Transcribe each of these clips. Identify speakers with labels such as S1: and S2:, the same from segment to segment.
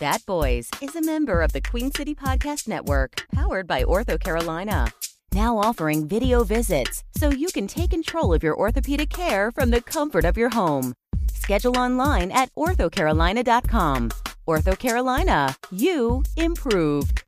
S1: That Boys is a member of the Queen City Podcast Network, powered by Ortho Carolina. Now offering video visits so you can take control of your orthopedic care from the comfort of your home. Schedule online at orthocarolina.com. Ortho Carolina, you improved.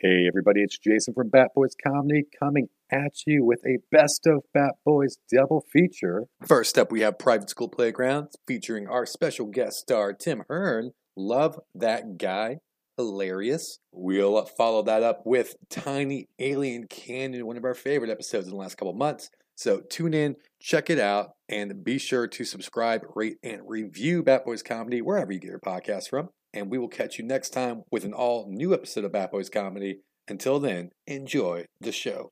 S2: Hey, everybody, it's Jason from Bat Boys Comedy coming at you with a best of Bat Boys double feature.
S3: First up, we have Private School Playgrounds featuring our special guest star, Tim Hearn. Love that guy. Hilarious. We'll follow that up with Tiny Alien Canyon, one of our favorite episodes in the last couple months. So tune in, check it out, and be sure to subscribe, rate, and review Bat Boys Comedy wherever you get your podcast from. And we will catch you next time with an all new episode of Bat Boys Comedy. Until then, enjoy the show.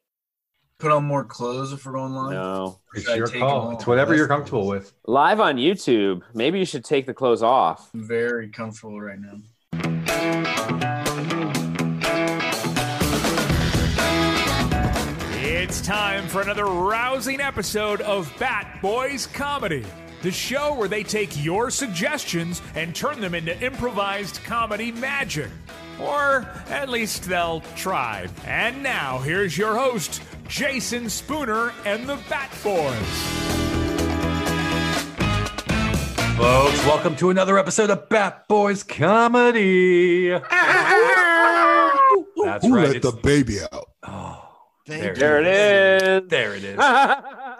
S4: put on more clothes if we're going live?
S5: No.
S4: Or
S6: It's
S4: should I
S6: your
S4: take
S6: call.
S4: them
S6: It's
S4: off?
S6: whatever
S4: That's
S6: you're
S4: the-
S6: comfortable with.
S5: Live on YouTube. Maybe you should take the clothes off.
S4: I'm very comfortable right now.
S7: It's time for another rousing episode of Bat Boys Comedy, the show where they take your suggestions and turn them into improvised comedy magic. Or at least they'll try. And now, here's your host, Jason Spooner and the Bat Boys.
S6: Folks, welcome to another episode of Bat Boys Comedy. That's
S8: Who
S6: right.
S8: let the
S6: It's,
S8: baby out?
S6: oh,
S9: Thank
S6: There
S9: you.
S5: There it is.
S6: there it is.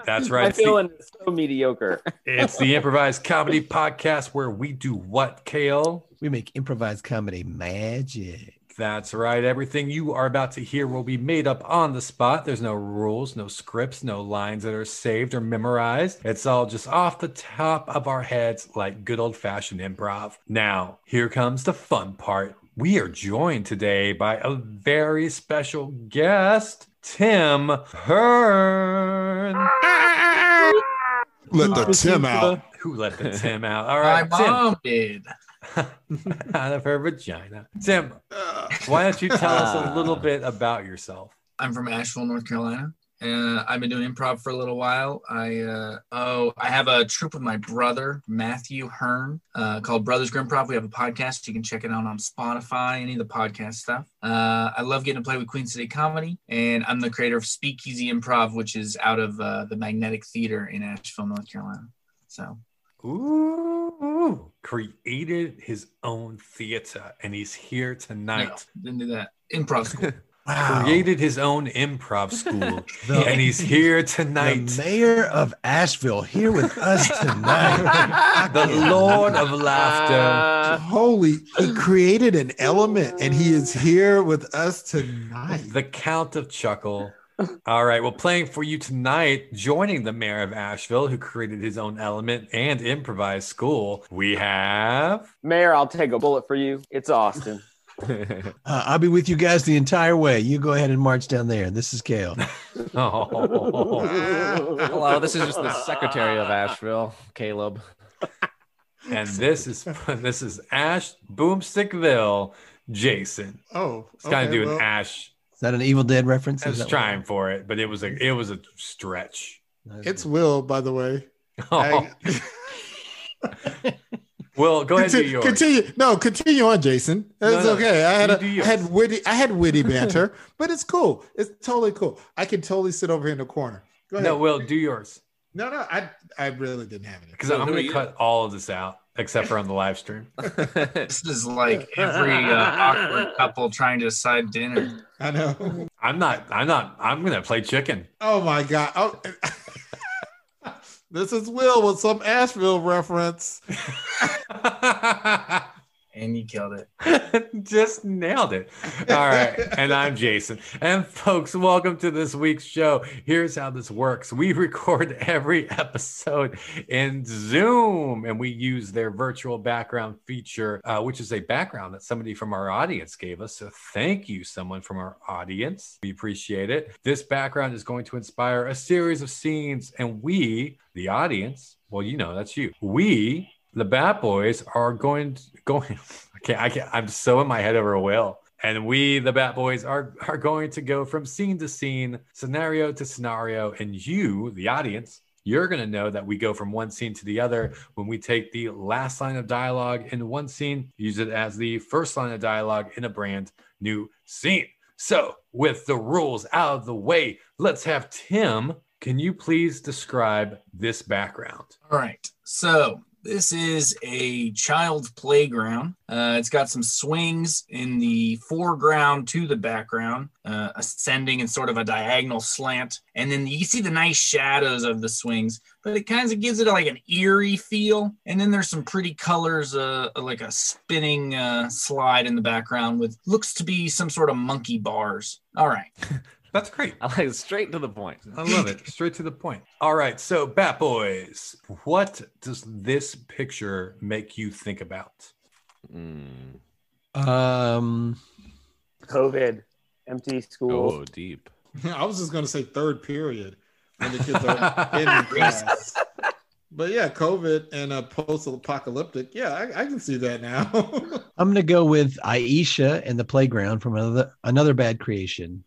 S5: That's
S6: right.
S5: My feeling is so mediocre.
S6: It's the improvised comedy podcast where we do what, Kale?
S9: We make improvised comedy magic.
S6: That's right. Everything you are about to hear will be made up on the spot. There's no rules, no scripts, no lines that are saved or memorized. It's all just off the top of our heads like good old fashioned improv. Now, here comes the fun part. We are joined today by a very special guest, Tim Hearn.
S8: Let the Tim out.
S6: Who let the Tim out? All right,
S4: My
S6: Tim.
S4: mom did.
S6: out of her vagina. Tim, why don't you tell us a little bit about yourself?
S4: I'm from Asheville, North Carolina. Uh, I've been doing improv for a little while. I uh, oh, I have a troupe with my brother Matthew Hearn uh, called Brothers Grimprov. We have a podcast. You can check it out on Spotify, any of the podcast stuff. Uh, I love getting to play with Queen City Comedy, and I'm the creator of Speakeasy Improv, which is out of uh, the Magnetic Theater in Asheville, North Carolina. So
S6: Ooh, created his own theater and he's here
S4: no,
S6: tonight.
S4: didn't do that. Improv school.
S6: Created his own improv school
S9: The,
S6: and he's here
S9: the
S6: tonight.
S9: mayor of Asheville here with us tonight.
S6: The Lord of Laughter.
S8: Holy, he created an element and he is here with us tonight.
S6: The Count of Chuckle. All right. Well, playing for you tonight, joining the mayor of Asheville, who created his own element and improvised school, we have.
S5: Mayor, I'll take a bullet for you. It's Austin.
S9: Uh, I'll be with you guys the entire way. You go ahead and march down there. This is Kale.
S6: Oh.
S10: Hello, this is just the secretary of Asheville, Caleb.
S6: and this is this is Ash Boomstickville, Jason.
S8: oh,
S6: It's kind
S8: okay,
S6: of doing
S8: well,
S6: Ash.
S9: Is that an Evil Dead reference? Is
S6: I was
S9: that what-
S6: trying for it, but it was a it was a stretch.
S8: It's Will, by the way.
S6: Oh,
S8: I-
S6: well, go ahead and
S8: continue,
S6: do yours.
S8: continue. No, continue on, Jason. It's
S6: No, no,
S8: okay. I had
S6: you
S8: a,
S6: do yours.
S8: I had witty. I had witty banter, but it's cool. It's totally cool. I can totally sit over here in the corner. Go ahead.
S6: No,
S8: No,
S6: Will, do yours
S8: no, I I really didn't have any.
S6: because
S4: Who
S6: I'm going
S4: you?
S6: to cut all of this out except for on the live stream.
S4: This is like every uh, awkward couple trying to decide dinner.
S8: I know.
S6: I'm not. I'm not. I'm going to play chicken.
S8: Oh my god. Oh. this is Will with some Asheville reference.
S4: And you killed it.
S6: Just nailed it. All right. And I'm Jason. And folks, welcome to this week's show. Here's how this works we record every episode in Zoom and we use their virtual background feature, uh, which is a background that somebody from our audience gave us. So thank you, someone from our audience. We appreciate it. This background is going to inspire a series of scenes, and we, the audience, well, you know, that's you. We the Bat Boys are going going. Okay, I can't, I'm so in my head over a whale. And we, the Bat Boys, are are going to go from scene to scene, scenario to scenario, and you, the audience, You're going to know that we go from one scene to the other when we take the last line of dialogue in one scene, use it as the first line of dialogue in a brand new scene. So, with the rules out of the way, let's have Tim. Can you please describe this background?
S4: All right. So this is a child playground. Uh, it's got some swings in the foreground to the background, uh, ascending in sort of a diagonal slant. And then you see the nice shadows of the swings, but it kind of gives it like an eerie feel. And then there's some pretty colors, uh, like a spinning uh, slide in the background with looks to be some sort of monkey bars. All right.
S6: That's great.
S10: I like it straight to the point.
S6: I love it. Straight to the point. All right. So, Bat Boys, what does this picture make you think about?
S10: Mm.
S9: Um,
S5: COVID, empty schools.
S10: Oh, deep.
S8: I was just gonna say third period when the kids are in class. But yeah, COVID and a post-apocalyptic. Yeah, I, I can see that now.
S9: I'm gonna go with Aisha and the playground from another another bad creation.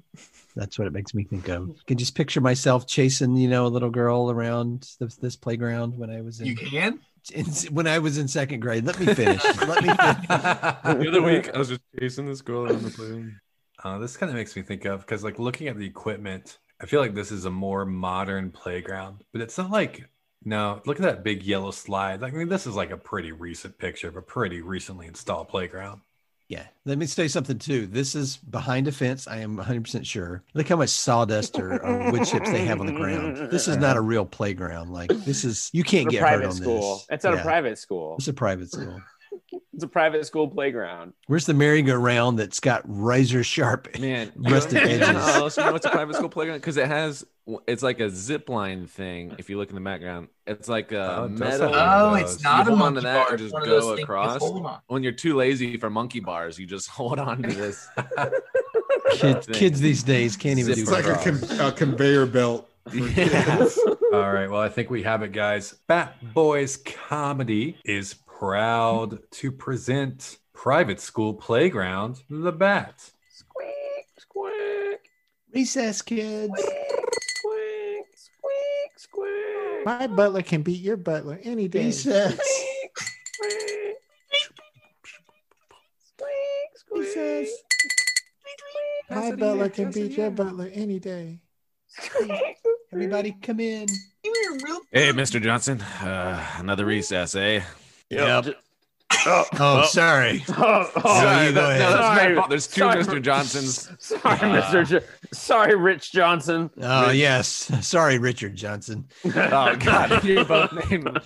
S9: That's what it makes me think of. I can just picture myself chasing, you know, a little girl around this, this playground when I was in,
S4: You can?
S9: in when I was in second grade. Let me finish. Let me. Finish.
S10: The
S6: I was just chasing this girl around the playroom. Uh, this kind of makes me think of because, like, looking at the equipment, I feel like this is a more modern playground, but it's not like, no, look at that big yellow slide. Like, I mean, this is like a pretty recent picture of a pretty recently installed playground.
S9: Yeah, let me say something too. This is behind a fence. I am 100% sure. Look how much sawdust or, or wood chips they have on the ground. This is not a real playground. Like this is, you can't
S5: It's a
S9: get hurt
S5: private
S9: on
S5: school.
S9: this.
S5: It's at
S9: Yeah,
S5: a private school.
S9: It's a private school.
S5: It's a private school playground.
S9: Where's the merry-go-round that's got razor sharp?
S10: Man,
S9: Rusted
S10: you know-
S9: edges.
S10: You know, also know it's a private school playground because it has it's like a zip line thing. If you look in the background, it's like a
S6: Oh, it does have
S10: metal.
S6: one of
S4: Oh, it's
S6: those.
S4: not
S10: You
S4: a
S10: hold
S4: monkey
S10: onto that
S4: bar.
S10: or
S4: It's
S10: just
S4: one of
S10: go
S4: those things you
S10: across?
S4: hold on.
S10: When you're too lazy for monkey bars, you just hold on to this.
S9: Kids,
S10: thing.
S9: kids these days can't even
S10: Zipper
S9: do
S8: it's like a,
S9: that.
S8: con- a conveyor belt. for kids.
S6: All right. Well, I think we have it, guys. Bat Boys Comedy is proud to present Private School Playground, The Bat.
S9: recess kids.
S8: My butler can beat your butler any day.
S9: Recess.
S8: Recess. My butler can beat your butler any day.
S9: Everybody come in.
S10: Hey, Mr. Johnson, uh, another recess, eh?
S9: Yep. Oh, sorry.
S5: Oh,
S9: Sorry, you go ahead.
S5: Sorry.
S10: There's two
S5: Sorry.
S10: Mr. Johnsons.
S5: Sorry, Mr. Jo- Sorry, Rich Johnson.
S9: Oh yes. Sorry, Richard Johnson.
S10: Oh God, you both named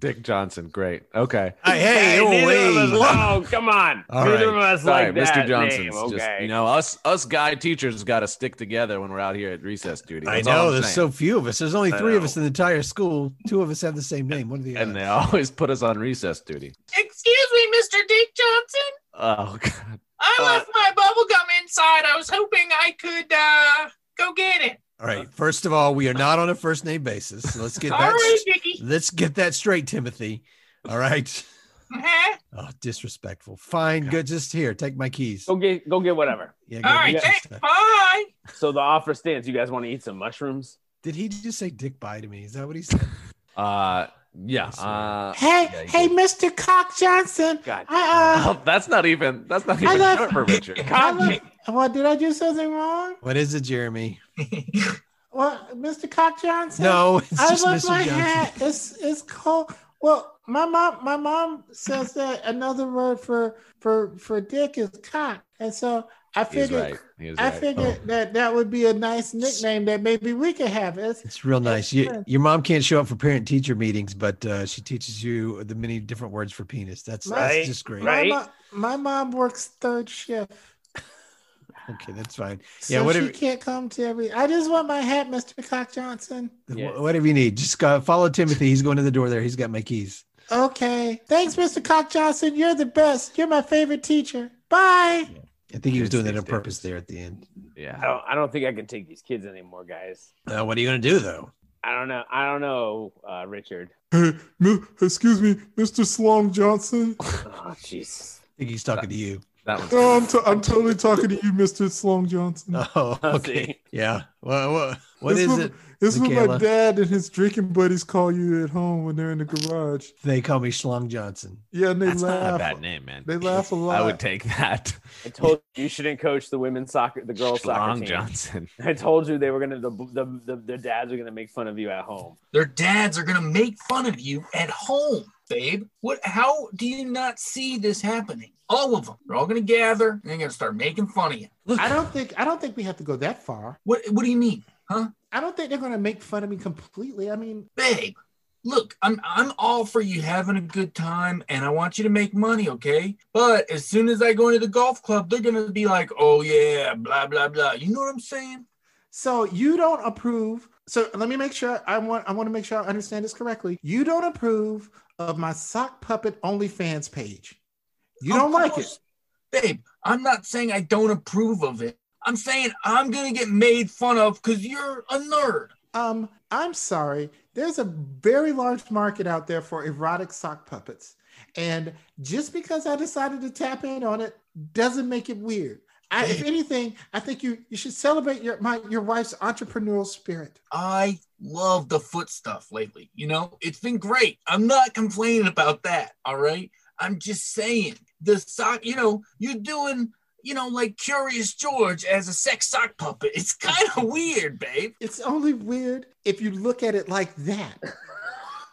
S10: Dick Johnson. Great. Okay.
S9: Hey, hey, oh,
S5: neither of us-
S9: hey.
S5: oh, come on.
S9: All right.
S5: neither of us
S10: Sorry,
S5: like
S10: Mr.
S5: that
S10: Johnson's
S5: name.
S10: just
S5: Okay.
S10: you know us us guy teachers got to stick together when we're out here at recess duty.
S9: I
S10: That's all
S9: know
S10: I'm
S9: there's
S10: saying.
S9: so few of us. There's only
S10: I
S9: three of
S10: know.
S9: us in the entire school. Two of us have the same name. What are the
S10: and
S9: odds?
S10: they always put us on recess duty.
S4: Excuse me, Mr. Dick Johnson.
S10: Oh God.
S4: I
S10: Uh,
S4: left my bubble gum inside. I was hoping I could uh, go get it.
S9: All right. First of all, we are not on a first name basis. So let's get that.
S4: Sorry, Vicky.
S9: Let's get that straight, Timothy. All right.
S4: Uh-huh.
S9: Oh, disrespectful. Fine. Good. Just here. Take my keys.
S5: Go get go get whatever.
S9: Yeah,
S4: All
S9: go
S4: right,
S9: get your
S4: thanks.
S9: stuff.
S4: Bye.
S5: So the offer stands. You guys want to eat some mushrooms?
S9: Did he just say dick bye to me? Is that what he said?
S10: Uh yeah.
S9: Yes, sir.
S10: Uh,
S8: Hey,
S10: yeah, you
S8: hey,
S10: did.
S8: Mr. Cock Johnson. Uh-uh.
S5: God.
S8: I,
S10: Oh, that's not even that's not
S8: I
S10: even
S8: love-
S10: short for Richard.
S8: uh, I love- well, did I do something wrong?
S9: What is it, Jeremy?
S8: Well, Mr. Cock Johnson.
S9: No, it's
S8: I
S9: just
S8: left
S9: Mr.
S8: my
S9: Johnson.
S8: hat. It's it's cold. Well, my mom, my mom says that another word for for for dick is cock, and so I
S10: He's
S8: figured
S10: right. He's
S8: I
S10: right.
S8: figured
S9: Oh.
S8: that that would be a nice nickname that maybe we could have. It's
S9: It's real nice. You, your mom can't show up for parent teacher meetings, but uh, she teaches you the many different words for penis. That's,
S8: Right,
S9: that's just great.
S5: right.
S8: My, mo- my mom works third shift,
S9: Okay, that's fine.
S8: so
S9: Yeah,
S8: she
S9: whatever-
S8: can't come to every. I just want my hat, Mister Cock Johnson.
S5: Yeah.
S9: Wh- Whatever you need, just go, follow Timothy. He's going to the door there. He's got my keys.
S8: Okay, thanks, Mister Cock Johnson. You're the best. You're my favorite teacher. Bye.
S9: I think he was
S10: Kids
S9: doing that
S10: these
S9: on purpose
S10: days.
S9: there at the end.
S10: Yeah.
S5: I don't, I don't think I can take these kids anymore, guys.
S9: Uh, what are you going to do though?
S5: I don't know. I don't know, uh, Richard.
S8: Hey, excuse me, Mister Slong Johnson.
S5: Oh, jeez.
S9: I think he's talking to you.
S10: That one's
S8: No, I'm, t- I'm totally talking to you, Mr. Sloan Johnson.
S9: Oh, okay. Yeah. Well, well what
S8: This
S9: is
S8: was-
S9: it?
S8: This is what my
S9: Michaela?
S8: dad and his drinking buddies call you at home when they're in the garage.
S9: They call me Schlong Johnson.
S8: Yeah, and they
S10: That's not a
S8: laugh.
S10: bad name, man.
S8: They laugh a lot.
S10: I would take that.
S5: I told you you shouldn't coach the women's soccer, the girls' soccer
S10: Long
S5: team.
S10: Johnson.
S5: I told you they were gonna the the, the the dads are gonna make fun of you at home.
S4: Their dads are going to make fun of you at home, babe. What? How do you not see this happening? All of them. They're all going to gather and they're going to start making fun of you.
S11: I don't think I don't think we have to go that far.
S4: What? What do you mean,
S11: I don't think they're going to make fun of me completely. I mean,
S4: babe? Look, I'm I'm all for you having a good time, and I want you to make money, okay? But as soon as I go into the golf club, they're going to be like, "Oh yeah, blah blah blah." You know what I'm saying?
S11: so you don't approve. So let me make sure I want I want to make sure I understand this correctly. You don't approve of my sock puppet OnlyFans page. You
S4: Of
S11: don't like it.
S4: course. Babe, I'm not saying I don't approve of it. I'm saying I'm going to get made fun of because you're a nerd.
S11: Um, I'm sorry. There's a very large market out there for erotic sock puppets. And just because I decided to tap in on it doesn't make it weird. I, if anything, I think you, you should celebrate your my, your wife's entrepreneurial spirit.
S4: I love the foot stuff lately. You know, it's been great. I'm not complaining about that. All right. I'm just saying the sock, you know, you're doing, you know, like Curious George as a sex sock puppet. It's kind of weird, babe.
S11: It's only weird if you look at it like that.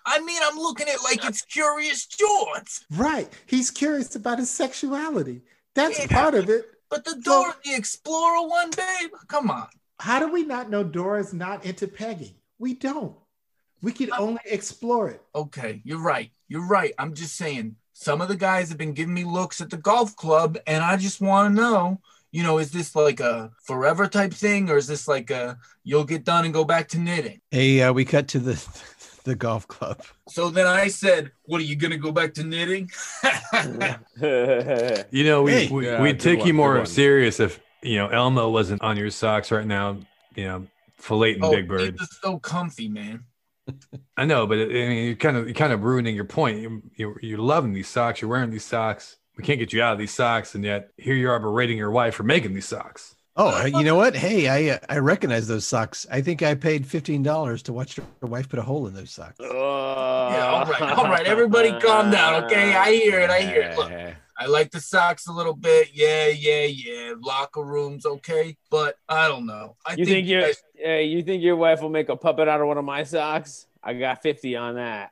S4: I mean, I'm looking at it like it's Curious George,
S11: Right. He's curious about his sexuality. That's
S4: Yeah.
S11: part of it.
S4: but the Dora the Explorer one, babe, come on.
S11: How do we not know Dora's not into pegging? We don't. We
S4: Uh,
S11: can only explore it.
S4: okay, you're right. You're right. I'm just saying some of the guys have been giving me looks at the golf club, and I just want to know, you know, is this like a forever type thing, or is this like a you'll get done and go back to knitting?
S9: Hey, uh, we cut to the the golf club.
S4: So then I said, "What are you gonna go back to knitting?"
S5: That's
S6: You know, we,
S9: Hey.
S6: we
S10: Yeah,
S6: we'd
S10: good
S6: take
S10: one,
S6: you
S10: good
S6: more
S10: one.
S6: serious if you know Elmo wasn't on your socks right now. You know, filleting
S8: Oh,
S6: Big Bird.
S4: Oh, It's so comfy, man.
S6: I know, but it, I mean, you're kind of you're kind of ruining your point. You, you you're loving these socks. You're wearing these socks. We can't get you out of these socks, and yet here you are berating your wife for making these socks.
S9: Oh, I- you know what? Hey, I uh, I recognize those socks. I think I paid fifteen dollars to watch your wife put a hole in those socks.
S5: Uh,
S4: Yeah, all right, all right. Everybody, calm down, okay? I hear it. I hear it. Look,
S10: Yeah.
S4: I like the socks a little bit. Yeah, yeah, yeah. Locker rooms, okay, but I don't know. I
S5: You think
S4: you
S5: your
S4: guys
S5: hey, you think your wife will make a puppet out of one of my socks? I got fifty on that.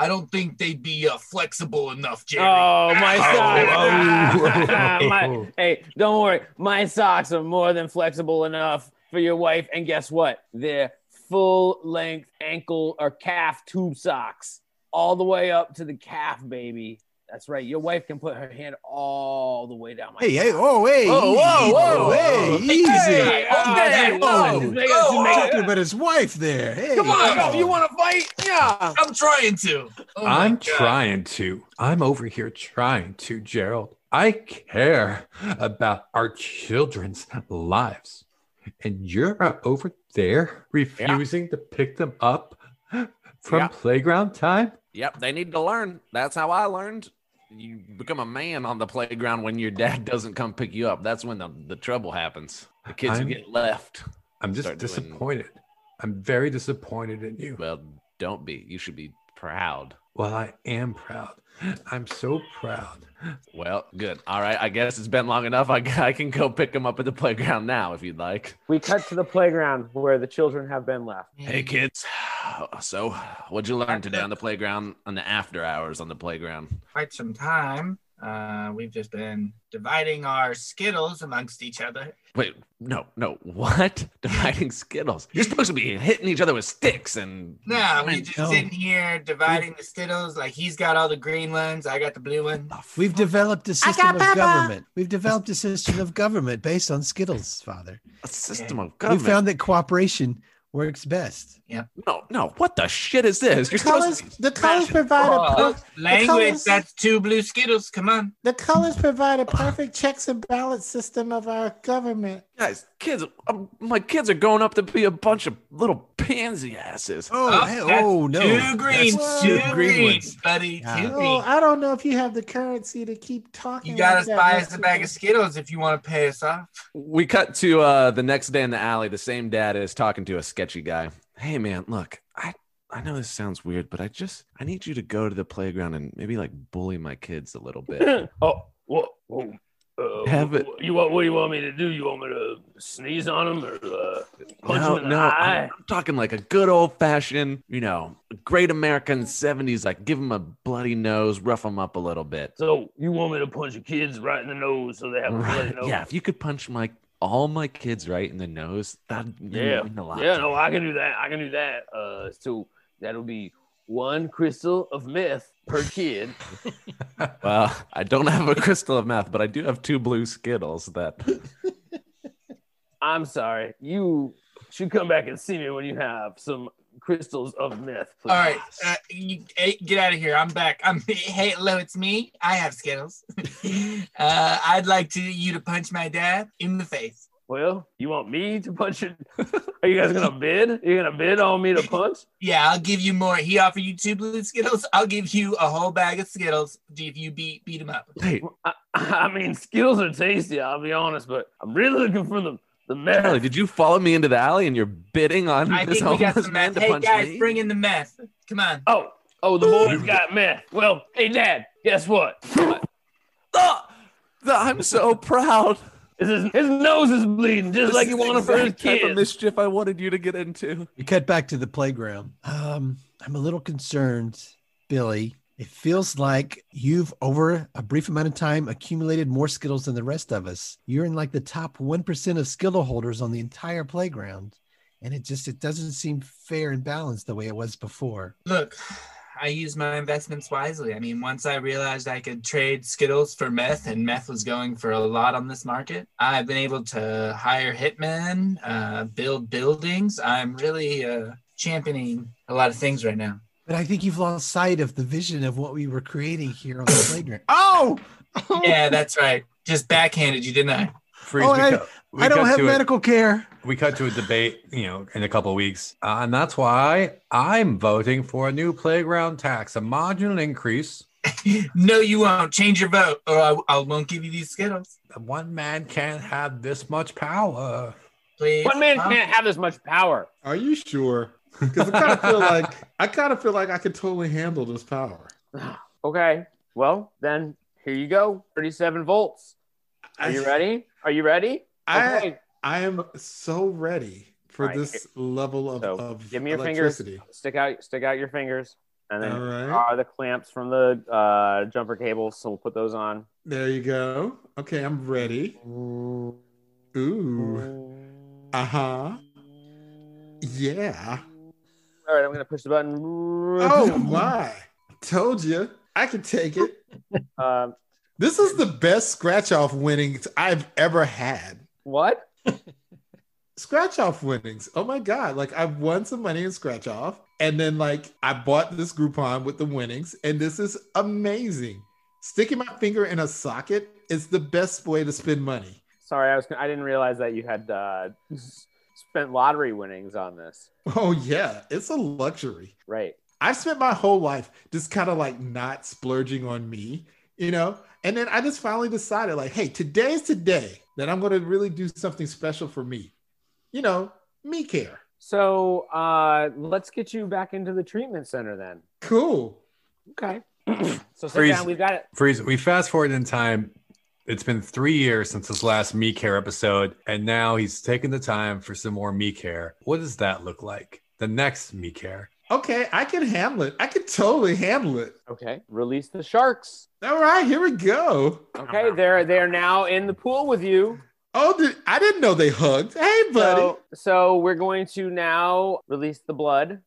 S4: I don't think they'd be uh, flexible enough, Jerry. Ah,
S5: Oh my
S4: Ow.
S6: Oh,
S5: socks!
S6: oh.
S5: My- hey, don't worry, my socks are more than flexible enough for your wife. And guess what? They're full length ankle or calf tube socks, all the way up to the calf, baby. That's right. Your wife can put her hand all the way down my.
S9: Hey, hey, oh, hey,
S5: Whoa,
S9: easy,
S5: whoa, whoa.
S9: hey, easy.
S5: Hey, okay,
S9: whoa.
S5: just make it- just make it-
S9: Talking about his wife there. Hey,
S4: Come on.
S5: If you want to fight, yeah.
S4: I'm trying to. Oh my
S6: I'm
S4: God.
S6: trying to. I'm over here trying to, Gerald. I care about our children's lives. And you're over there refusing to pick them up from
S10: Yeah.
S6: playground time?
S10: Yep, they need to learn. That's how I learned. You become a man on the playground when your dad doesn't come pick you up. That's when the, the trouble happens. The kids
S6: I'm-
S10: get left.
S6: I'm just
S10: Start doing-
S6: disappointed. I'm very disappointed in you.
S10: Well, don't be. You should be proud.
S6: Well, I am proud. I'm so proud.
S10: Well, good. All right. I guess it's been long enough. I, I can go pick them up at the playground now if you'd like.
S5: We cut to the playground where the children have been left.
S10: Hey, kids. So, what'd you learn today on the playground and the after hours on the playground?
S4: Quite some time. Uh, we've just been dividing our Skittles amongst each other.
S10: Wait, no, no. What? Dividing Skittles. You're supposed to be hitting each other with sticks and.
S4: No, we just
S9: no.
S4: sitting here dividing the Skittles. Like he's got all the green ones, I got the blue one.
S9: We've developed a
S11: got
S9: system of
S11: Peppa.
S9: government. We've developed a system of government based on Skittles, Father.
S10: A system of
S9: We
S10: government.
S9: found that cooperation works best.
S10: no, no. What the shit is this? You're
S11: The colors,
S10: supposed to.
S11: the colors provide a per-
S4: Oh, Language.
S11: colors-
S4: That's two blue Skittles. Come on.
S11: The colors provide a perfect checks and balance system of our government.
S10: Guys, kids, um, my kids are growing up to be a bunch of little pansy asses.
S9: Oh, hey, oh, no.
S4: Two greens,
S9: That's
S4: two,
S9: two green
S4: greens,
S9: ones.
S4: buddy.
S9: Yeah.
S4: Two
S11: No,
S4: greens.
S11: Oh, I don't know if you have the currency to keep talking.
S4: You got
S11: like
S4: to
S11: that,
S4: buy us
S11: Mr.
S4: a bag of Skittles if you want to pay us off.
S10: We cut to uh, the next day in the alley. The same dad is talking to a sketchy guy. Hey, man, look, I I know this sounds weird, but I just I need you to go to the playground and maybe like bully my kids a little bit.
S5: oh, whoa, whoa. Uh,
S10: Have it-
S5: You want? What do you want me to do? You want me to sneeze on him or uh, punch
S10: no,
S5: him in
S10: no,
S5: the eye?
S10: I'm, I'm talking like a good old fashioned, you know, great American '70s. Like, give him a bloody nose, rough him up a little bit.
S5: So you want me to punch your kids right in the nose so they have a bloody
S10: Right.
S5: nose?
S10: Yeah, if you could punch my all my kids right in the nose, that'd
S5: Yeah.
S10: mean a lot.
S5: Yeah,
S10: to
S5: no,
S10: me.
S5: I can do that. I can do that. Uh, so that'll be one crystal of meth per kid.
S10: Well, I don't have a crystal of meth, but I do have two blue Skittles that
S5: I'm sorry. You should come back and see me when you have some crystals of meth, please.
S4: All right, uh, you, hey, get out of here. I'm back. I'm hey, hello, it's me. I have Skittles. uh, I'd like to you to punch my dad in the face.
S5: Well, you want me to punch it? Are you guys gonna bid? You're gonna bid on me to punch?
S4: Yeah, I'll give you more. He offered you two blue Skittles. I'll give you a whole bag of Skittles if you beat beat him up.
S10: Hey,
S5: I, I mean, Skittles are tasty. I'll be honest, but I'm really looking for the the meth.
S10: Charlie, did you follow me into the alley and you're bidding on
S4: I
S10: this
S4: think we got
S10: homeless
S4: some
S10: man
S4: meth.
S10: to
S4: Hey
S10: punch
S4: guys,
S10: me?
S4: bring in the meth. Come on.
S5: oh, oh, the boys got meth. Well, hey, Dad, guess what?
S10: Ah! Th- I'm so proud.
S5: His, his nose is bleeding, just
S10: This
S5: like
S10: is
S5: he
S10: the
S5: wanted for his
S10: exact type of
S5: kids.
S10: mischief I wanted you to get into.
S9: We cut back to the playground. Um, I'm a little concerned, Billy. It feels like you've, over a brief amount of time, accumulated more Skittles than the rest of us. You're in like the top 1% of Skittle holders on the entire playground. And it just, it doesn't seem fair and balanced the way it was before.
S4: Look, I used my investments wisely. I mean, once I realized I could trade Skittles for meth, and meth was going for a lot on this market, I've been able to hire hitmen, uh, build buildings. I'm really uh, championing a lot of things right now.
S9: But I think you've lost sight of the vision of what we were creating here on the playground.
S11: Oh, oh,
S4: Yeah, that's right. Just backhanded you, didn't I?
S6: Freeze,
S9: Oh,
S6: we
S9: and
S6: cut- we
S9: I don't
S6: cut
S9: have
S6: to a-
S9: medical care.
S6: we cut to a debate, you know, in a couple of weeks, uh, and that's why I'm voting for a new playground tax, a marginal increase.
S4: No, you won't. Change your vote, or I, I won't give you these Skittles.
S6: One man can't have this much power.
S4: Please.
S5: One man
S4: Huh?
S5: can't have this much power.
S8: Are you sure? Because I kind of feel like I kind of feel like I could totally handle this power.
S5: Okay, well then here you go. Thirty-seven volts. Are you ready? Are you ready?
S8: I I am so ready for
S5: All right,
S8: this level of,
S5: so
S8: of
S5: give me your fingers.
S8: electricity.
S5: stick out stick out your fingers and then
S8: All right,
S5: are the clamps from the uh, jumper cables so we'll put those on
S8: there you go. Okay, I'm ready. Ooh, uh huh. Yeah.
S5: all right i'm gonna push the button
S8: Oh my! Told you I could take it.
S5: Um,
S8: This is the best scratch off winnings I've ever had.
S5: what
S8: scratch off winnings. Oh my god! Like I won some money in scratch off, and then like I bought this Groupon with the winnings, and this is amazing. Sticking my finger in a socket is the best way to spend money.
S5: sorry i was i didn't realize that you had uh, s- spent lottery winnings on this
S8: Oh yeah, it's a luxury.
S5: right
S8: I've spent my whole life just kind of like not splurging on me, you know? And then I just finally decided, like, hey, today's today that I'm going to really do something special for me. You know, me care.
S5: so uh, let's get you back into the treatment center then
S8: Cool.
S5: okay so sit
S6: Freeze.
S5: down we've got it
S6: Freeze, we fast forward in time. It's been three years since his last Me Care episode, and now he's taking the time for some more Me Care. What does that look like? The next Me Care.
S8: Okay, I can handle it. I can totally handle it.
S5: okay release the sharks
S8: All right, here we go.
S5: okay they're they're now in the pool with you
S8: Oh, did, I didn't know they hugged. Hey, buddy.
S5: So, so we're going to now release the blood,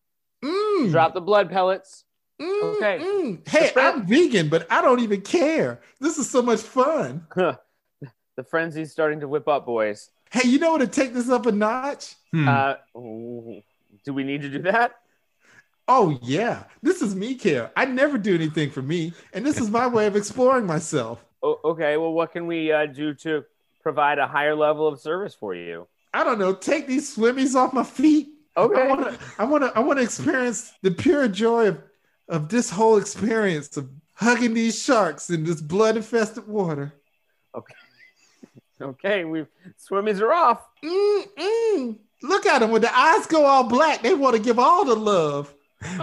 S8: Mm,
S5: drop the blood pellets.
S8: mm,
S5: okay.
S8: mm. Hey,
S5: The friend-
S8: I'm vegan, but I don't even care. This is so much fun.
S5: the frenzy's starting to whip up, boys.
S8: Hey, you know what to take this up a notch?
S6: Hmm.
S5: Uh, ooh, do we need to do that?
S8: Oh yeah, this is me care. I never do anything for me, and this is my way of exploring myself.
S5: O- okay. Well, what can we uh, do to provide a higher level of service for you?
S8: I don't know, take these swimmies off my feet. I
S5: Okay.
S8: want to. I want to. I want to experience the pure joy of, of this whole experience of hugging these sharks in this blood infested water.
S5: Okay. We've swimmies are off.
S8: Mm-mm. Look at them when the eyes go all black. They want to give all the love.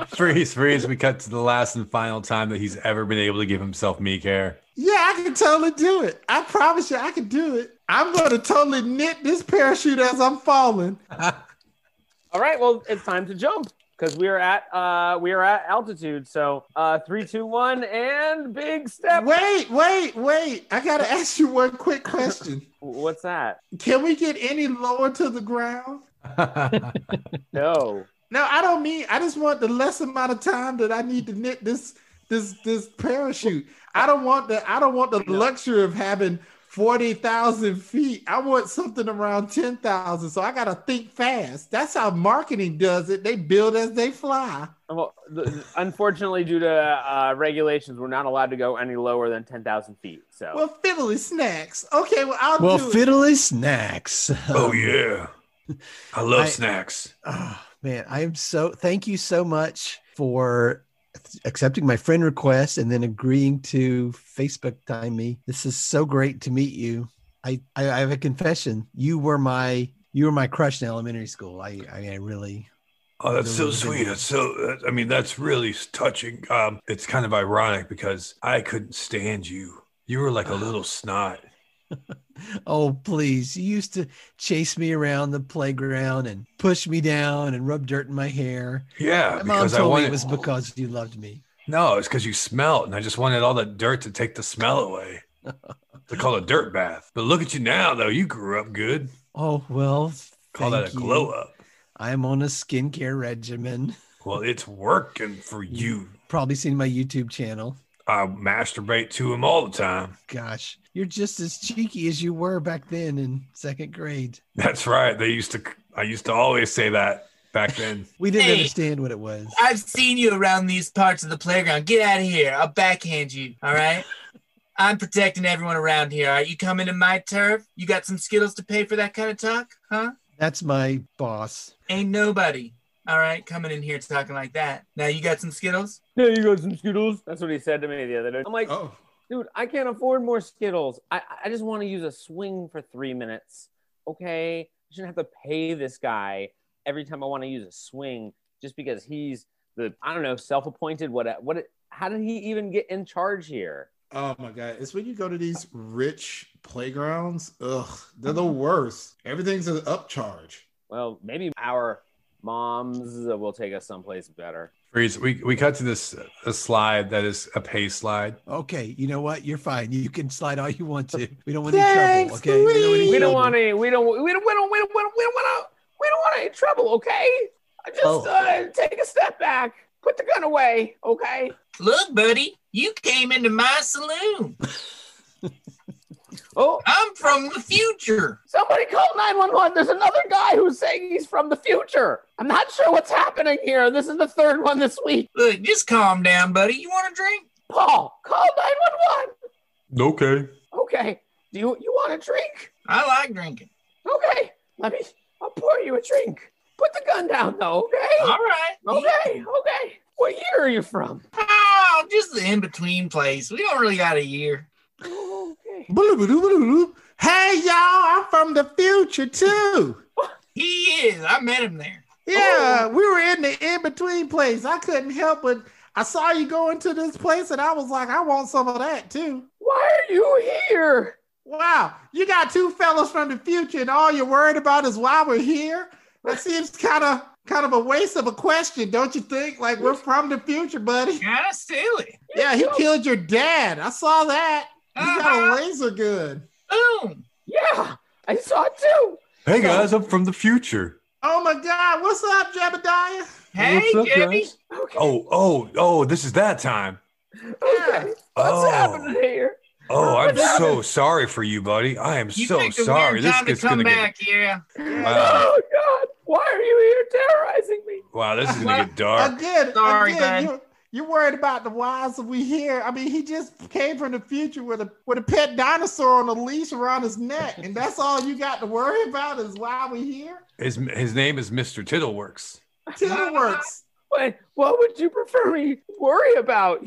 S6: freeze, freeze. We cut to the last and final time that he's ever been able to give himself meek hair.
S8: Yeah, I can totally do it. I promise you, I can do it. I'm going to totally knit this parachute as I'm falling.
S5: All right. Well, it's time to jump because we are at uh we are at altitude. So uh three, two, one, and big step.
S8: Wait, wait, wait. I got to ask you one quick question.
S5: What's that?
S8: Can we get any lower to the ground?
S5: No.
S8: No, I don't mean. I just want the less amount of time that I need to knit this this this parachute. I don't want the I don't want the luxury of having forty thousand feet. I want something around ten thousand. So I gotta think fast. That's how marketing does it. They build as they fly.
S5: Well, the, unfortunately, due to uh, regulations, we're not allowed to go any lower than ten thousand feet. So
S8: Well, fiddly snacks. Okay, well I'll
S9: Well,
S8: do
S9: fiddly snacks.
S7: Oh, yeah. I love
S9: Um, I-
S7: snacks.
S9: Oh man, I am so thank you so much for accepting my friend request and then agreeing to Facebook time me. This is so great to meet you. I, I, I have a confession. You were my you were my crush in elementary school. I I, I really
S7: Oh, that's so
S9: Those are
S7: sweet. That's so, that- I mean, that's really touching. Um, it's kind of ironic because I couldn't stand you. You were
S9: Uh-huh.
S7: like a little snot.
S9: Oh please! You used to chase me around the playground and push me down and rub dirt in my hair.
S7: Yeah,
S9: My mom
S7: because I
S9: told me
S7: wanted.
S9: it was because you loved me.
S7: no, it's because you smelled, and I just wanted all that dirt to take the smell away. They call it a dirt bath. But look at you now, though. You grew up good.
S9: Oh well.
S7: Call
S9: thank
S7: that a glow
S9: you.
S7: up.
S9: I'm on a skincare regimen.
S7: Well, it's working for
S9: Mm.
S7: you.
S9: Probably seen my YouTube channel.
S7: I masturbate to him all the time.
S9: Gosh, you're just as cheeky as you were back then in second grade.
S7: That's right. They used to. I used to always say that back then.
S9: We didn't
S4: Hey.
S9: understand what it was.
S4: I've seen you around these parts of the playground. Get out of here. I'll backhand you. All right. I'm protecting everyone around here. All right. You come into my turf. You got some Skittles to pay for that kind of talk, huh?
S9: That's my boss.
S4: Ain't nobody. All right. Coming in here talking like that. Now you got some Skittles?
S5: yeah, you got some Skittles. That's what he said to me the other day. I'm like,
S8: Oh.
S5: dude, I can't afford more Skittles. I I just want to use a swing for three minutes. Okay, I shouldn't have to pay this guy every time I want to use a swing just because he's the I don't know self-appointed. What what? How did he even get in charge here?
S8: Oh my god! It's when you go to these rich playgrounds. Ugh, they're the worst. Everything's an upcharge.
S5: Well, maybe our moms will take us someplace better.
S6: Freeze. We, we cut to this a slide that is a pay slide.
S9: Okay, you know what? You're fine. You can slide all you want to. We don't want any
S8: Thanks,
S9: trouble. Okay, we don't, want any
S5: We don't
S9: trouble.
S5: want any. We don't. We don't. We don't. We don't. We don't, we don't want to. We don't want any trouble. Okay. I Just
S9: Oh.
S5: uh, take a step back. Put the gun away. Okay.
S4: Look, buddy, you came into my saloon.
S5: Oh,
S4: I'm from the future.
S5: somebody call nine one one. There's another guy who's saying he's from the future. I'm not sure what's happening here. This is the third one this week.
S4: Look, just calm down, buddy. You want a drink?
S5: Paul, call nine one
S6: Okay.
S5: one. Okay. Do you you want a drink?
S4: I like drinking.
S5: Okay. Let me. I'll pour you a drink. Put the gun down though. Okay.
S4: All right.
S5: Okay, okay. What year are you from?
S4: Oh, just the in between place. We don't really got a year.
S5: Okay.
S8: Bloop, bloop, bloop, bloop. Hey y'all, I'm from the future too.
S4: He is. I met him there.
S8: Yeah,
S5: Oh.
S8: we were in the in between place. I couldn't help but I saw you going to this place and I was like, I want some of that too.
S5: Why are you here?
S8: Wow, you got two fellas from the future and all you're worried about is why we're here? That seems kind of kind of a waste of a question, don't you think? Like we're from the future, buddy.
S4: Kind of silly.
S8: Yeah, he killed your dad. I saw that. He got a
S4: Uh-huh.
S8: laser gun.
S4: Boom.
S5: Yeah, I saw it too.
S6: Hey guys, I'm from the future.
S8: Oh my god, what's up, Jebediah?
S4: Hey,
S6: What's up,
S4: Jimmy.
S6: guys?
S5: Okay.
S6: Oh, oh, oh! This is that time.
S5: okay. What's
S6: oh,
S5: happening here?
S6: oh! I'm so sorry for you, buddy. I am
S4: You
S6: so
S4: picked a
S6: sorry.
S4: weird
S6: This
S4: time to
S6: is
S4: come
S6: gonna
S4: back, yeah.
S6: get wow,
S5: Oh God! Why are you here terrorizing me?
S6: wow! This is gonna get dark.
S8: Again,
S4: Sorry, man.
S8: again, you- You're worried about the wives that we hear. I mean, he just came from the future with a with a pet dinosaur on a leash around his neck, and that's all you got to worry about is why we here.
S6: His his name is Mr. Tiddleworks.
S8: Tiddleworks.
S5: What, what would you prefer me worry about?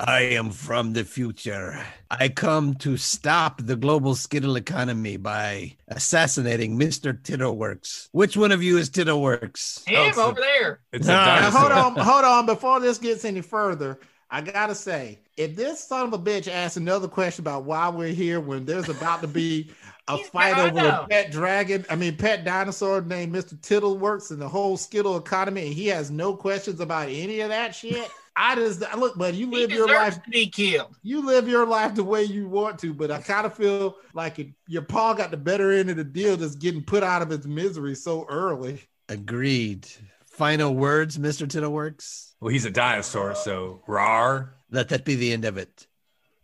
S9: I am from the future. I come to stop the global skittle economy by assassinating Mr. Tiddleworks. Which one of you is Tiddleworks?
S4: Him
S6: Oh,
S4: over there.
S6: It's
S9: Nah,
S6: a
S8: Now,
S6: dinosaur.
S8: hold on, hold on. Before this gets any further, I gotta say, if this son of a bitch asks another question about why we're here when there's about to be a
S4: He's
S8: fight
S4: gone
S8: over
S4: now.
S8: a pet dragon, I mean pet dinosaur named Mr. Tittleworks and the whole Skittle economy, and he has no questions about any of that shit. I just look, but you
S4: He
S8: live your
S4: deserves
S8: life,
S4: to be killed.
S8: you live your life the way you want to. But I kind of feel like it, your paw got the better end of the deal, just getting put out of its misery so early.
S9: Agreed. Final words, Mr. Tiddleworks?
S6: Well, he's a dinosaur, so rar.
S9: Let that be the end of it.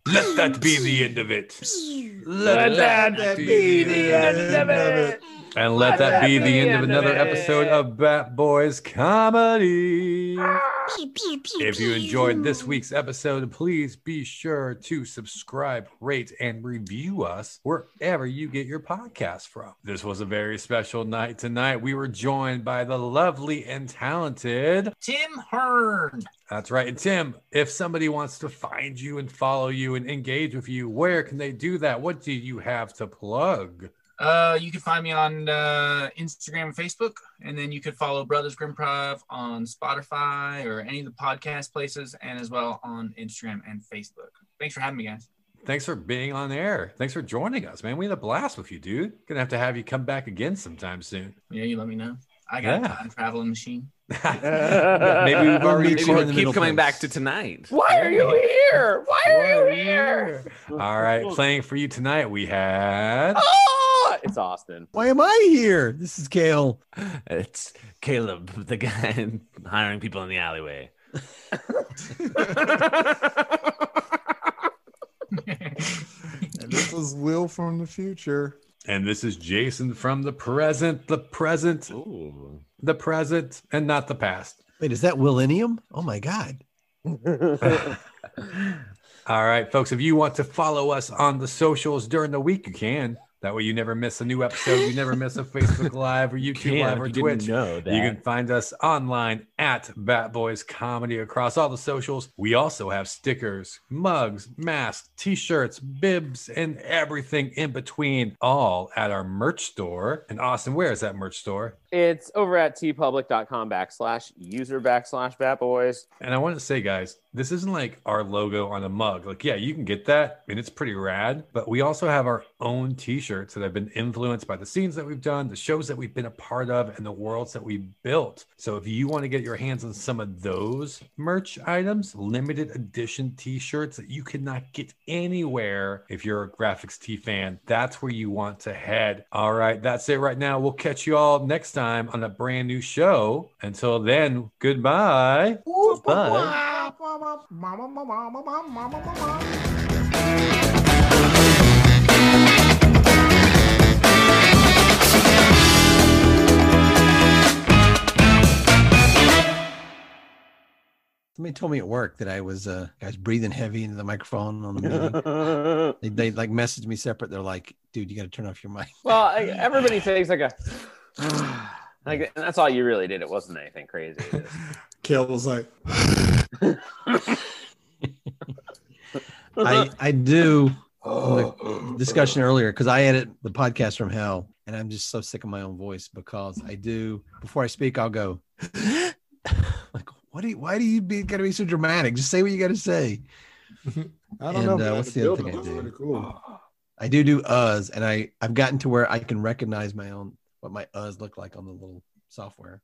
S6: Let that be the end of it.
S5: Let that be the end of it.
S6: And let that be the end of another episode of Bat Boys Comedy. If you enjoyed this week's episode, please be sure to subscribe, rate, and review us wherever you get your podcast from. This was a very special night tonight. We were joined by the lovely and talented.
S4: Tim Hearn.
S6: That's right. And Tim, if somebody wants to find you and follow you and engage with you, where can they do that? What do you have to plug?
S4: Uh, you can find me on uh, Instagram and Facebook, and then you could follow Brothers Grimprov on Spotify or any of the podcast places, and as well on Instagram and Facebook. Thanks for having me, guys.
S6: Thanks for being on air. Thanks for joining us, man. We had a blast with you, dude. Gonna have to have you come back again sometime soon.
S4: Yeah, you let me know. I got
S6: Yeah.
S4: a time traveling machine.
S6: Maybe we've already
S9: meet you
S10: Maybe
S9: in
S10: we'll
S9: the
S6: recorded.
S10: keep
S9: middle
S10: coming
S9: place.
S10: back to tonight.
S5: Why are you here? Why are you here?
S6: All right, playing for you tonight. We had
S5: Ah! It's Austin.
S9: Why am I here? This is Kale.
S10: It's Caleb, the guy hiring people in the alleyway.
S8: And this was Will from the future.
S6: and this is Jason from the present, the present,
S10: Ooh.
S6: the present, and not the past.
S9: Wait, is that Willenium? Oh my God.
S6: All right, folks, if you want to follow us on the socials during the week, you can. That way you never miss a new episode. You never miss a Facebook Live or YouTube Live or
S10: you
S6: Twitch.
S10: didn't know that.
S6: You can find us online at Bat Boys Comedy across all the socials. We also have stickers, mugs, masks, t shirts, bibs, and everything in between, all at our merch store. And Austin, where is that merch store?
S5: It's over at tpublic.com backslash user backslash bat boys.
S6: And I want to say, guys, this isn't like our logo on a mug. Like, yeah, you can get that and it's pretty rad, but we also have our own t shirts that have been influenced by the scenes that we've done, the shows that we've been a part of, and the worlds that we built. So if you want to get your hands on some of those merch items, limited edition t shirts that you cannot get anywhere if you're a graphics T fan, that's where you want to head. All right, that's it right now. We'll catch you all next time on a brand new show. Until then, goodbye.
S10: Bye.
S8: Mama, mama, mama, mama, mama, mama.
S9: Somebody told me at work that I was uh I was breathing heavy into the microphone on the meeting.
S5: well,
S9: they, they like messaged me separate. They're like, dude, you gotta turn off your mic.
S5: I, everybody takes like a. Like, and that's all you really did. It wasn't anything crazy.
S12: Kale was like,
S9: I, I do from the discussion earlier because I edit the podcast from hell and I'm just so sick of my own voice because I do before I speak, I'll go like what do you, why do you be gotta be so dramatic? Just say what you gotta say.
S12: I don't
S9: And,
S12: know.
S9: uh,
S12: man,
S9: what's the other
S12: building
S9: thing I
S12: looks
S9: do?
S12: pretty cool.
S9: I do do uhs and I, I've gotten to where I can recognize my own what my uhs look like on the little software.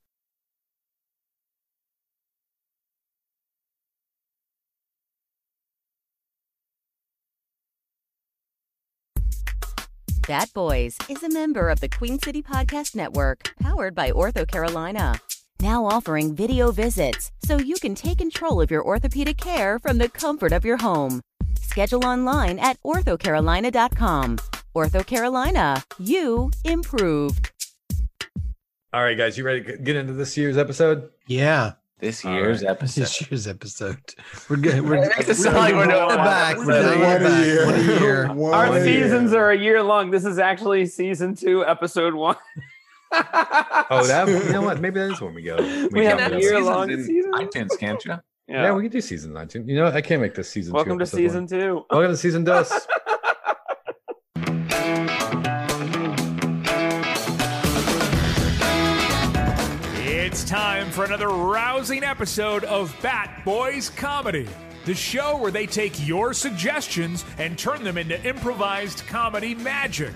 S1: Bat Boys is a member of the Queen City Podcast Network, powered by Ortho Carolina. Now offering video visits so you can take control of your orthopedic care from the comfort of your home. Schedule online at orthocarolina.com. Ortho Carolina, you improved.
S6: All right, guys, you ready to get into this year's episode?
S9: Yeah.
S10: This year's episode.
S9: This year's episode. We're good. We're,
S10: It makes it sound like we're doing
S9: we're
S10: one
S9: back.
S10: episode.
S9: brother. We're
S8: One a
S9: back.
S8: year.
S9: One a year.
S8: One
S5: Our
S8: a year.
S5: seasons are a year long. This is actually season two, episode one.
S6: Oh, that you know what? Maybe that is when we go.
S5: We have
S6: can
S5: a
S6: do
S5: year
S6: seasons
S5: long
S6: in
S5: season.
S6: iTunes, can't you? Yeah.
S5: yeah.
S6: we can do seasons in iTunes. You know, what? I can't make this season. two
S5: Welcome to
S6: episode one.
S5: season two.
S6: Welcome to season dust.
S7: It's time for another rousing episode of Bat Boys Comedy, the show where they take your suggestions and turn them into improvised comedy magic.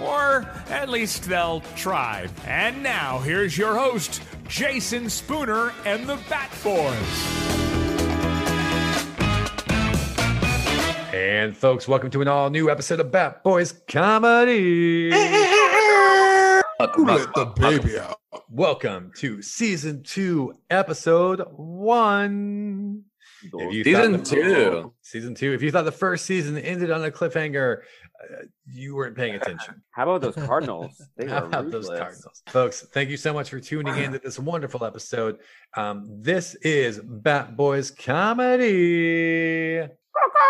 S7: Or at least they'll try. And now, here's your host, Jason Spooner and the Bat Boys.
S6: and folks, welcome to an all new episode of Bat Boys Comedy.
S8: Who let the baby out?
S6: welcome to season two, episode one. If you thought
S10: Season
S6: the-
S10: two.
S6: Season two. If you thought the first season ended on a cliffhanger, uh, you weren't paying attention.
S5: How about those Cardinals? They
S6: How
S5: are
S6: about those
S5: ruthless.
S6: Cardinals? Folks, thank you so much for tuning in to this wonderful episode. Um, this is Bat Boys Comedy.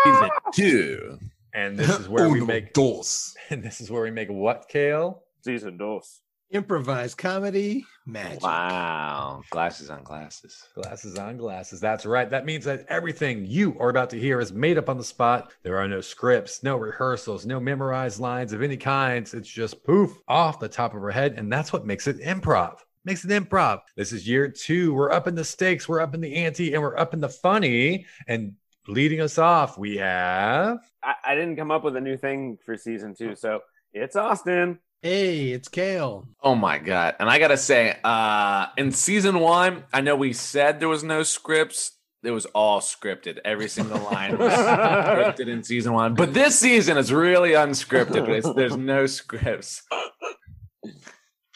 S10: Season two.
S6: And this is where we
S8: Uno,
S6: make
S8: dos.
S6: and this is where we make what kale?
S5: Season dos.
S9: Improvised comedy magic.
S10: Wow. Glasses on glasses.
S6: Glasses on glasses. That's right. That means that everything you are about to hear is made up on the spot. There are no scripts, no rehearsals, no memorized lines of any kinds. It's just poof off the top of our head. And that's what makes it improv. Makes it improv. This is year two. We're up in the stakes, we're up in the ante, and we're up in the funny. And leading us off, we have
S5: I, I didn't come up with a new thing for season two, so it's Austin.
S9: Hey, it's Kale.
S10: Oh my god. And I gotta say, uh in season one, I know we said there was no scripts. It was all scripted. Every single line was scripted in season one. But this season is really unscripted. It's, there's no scripts.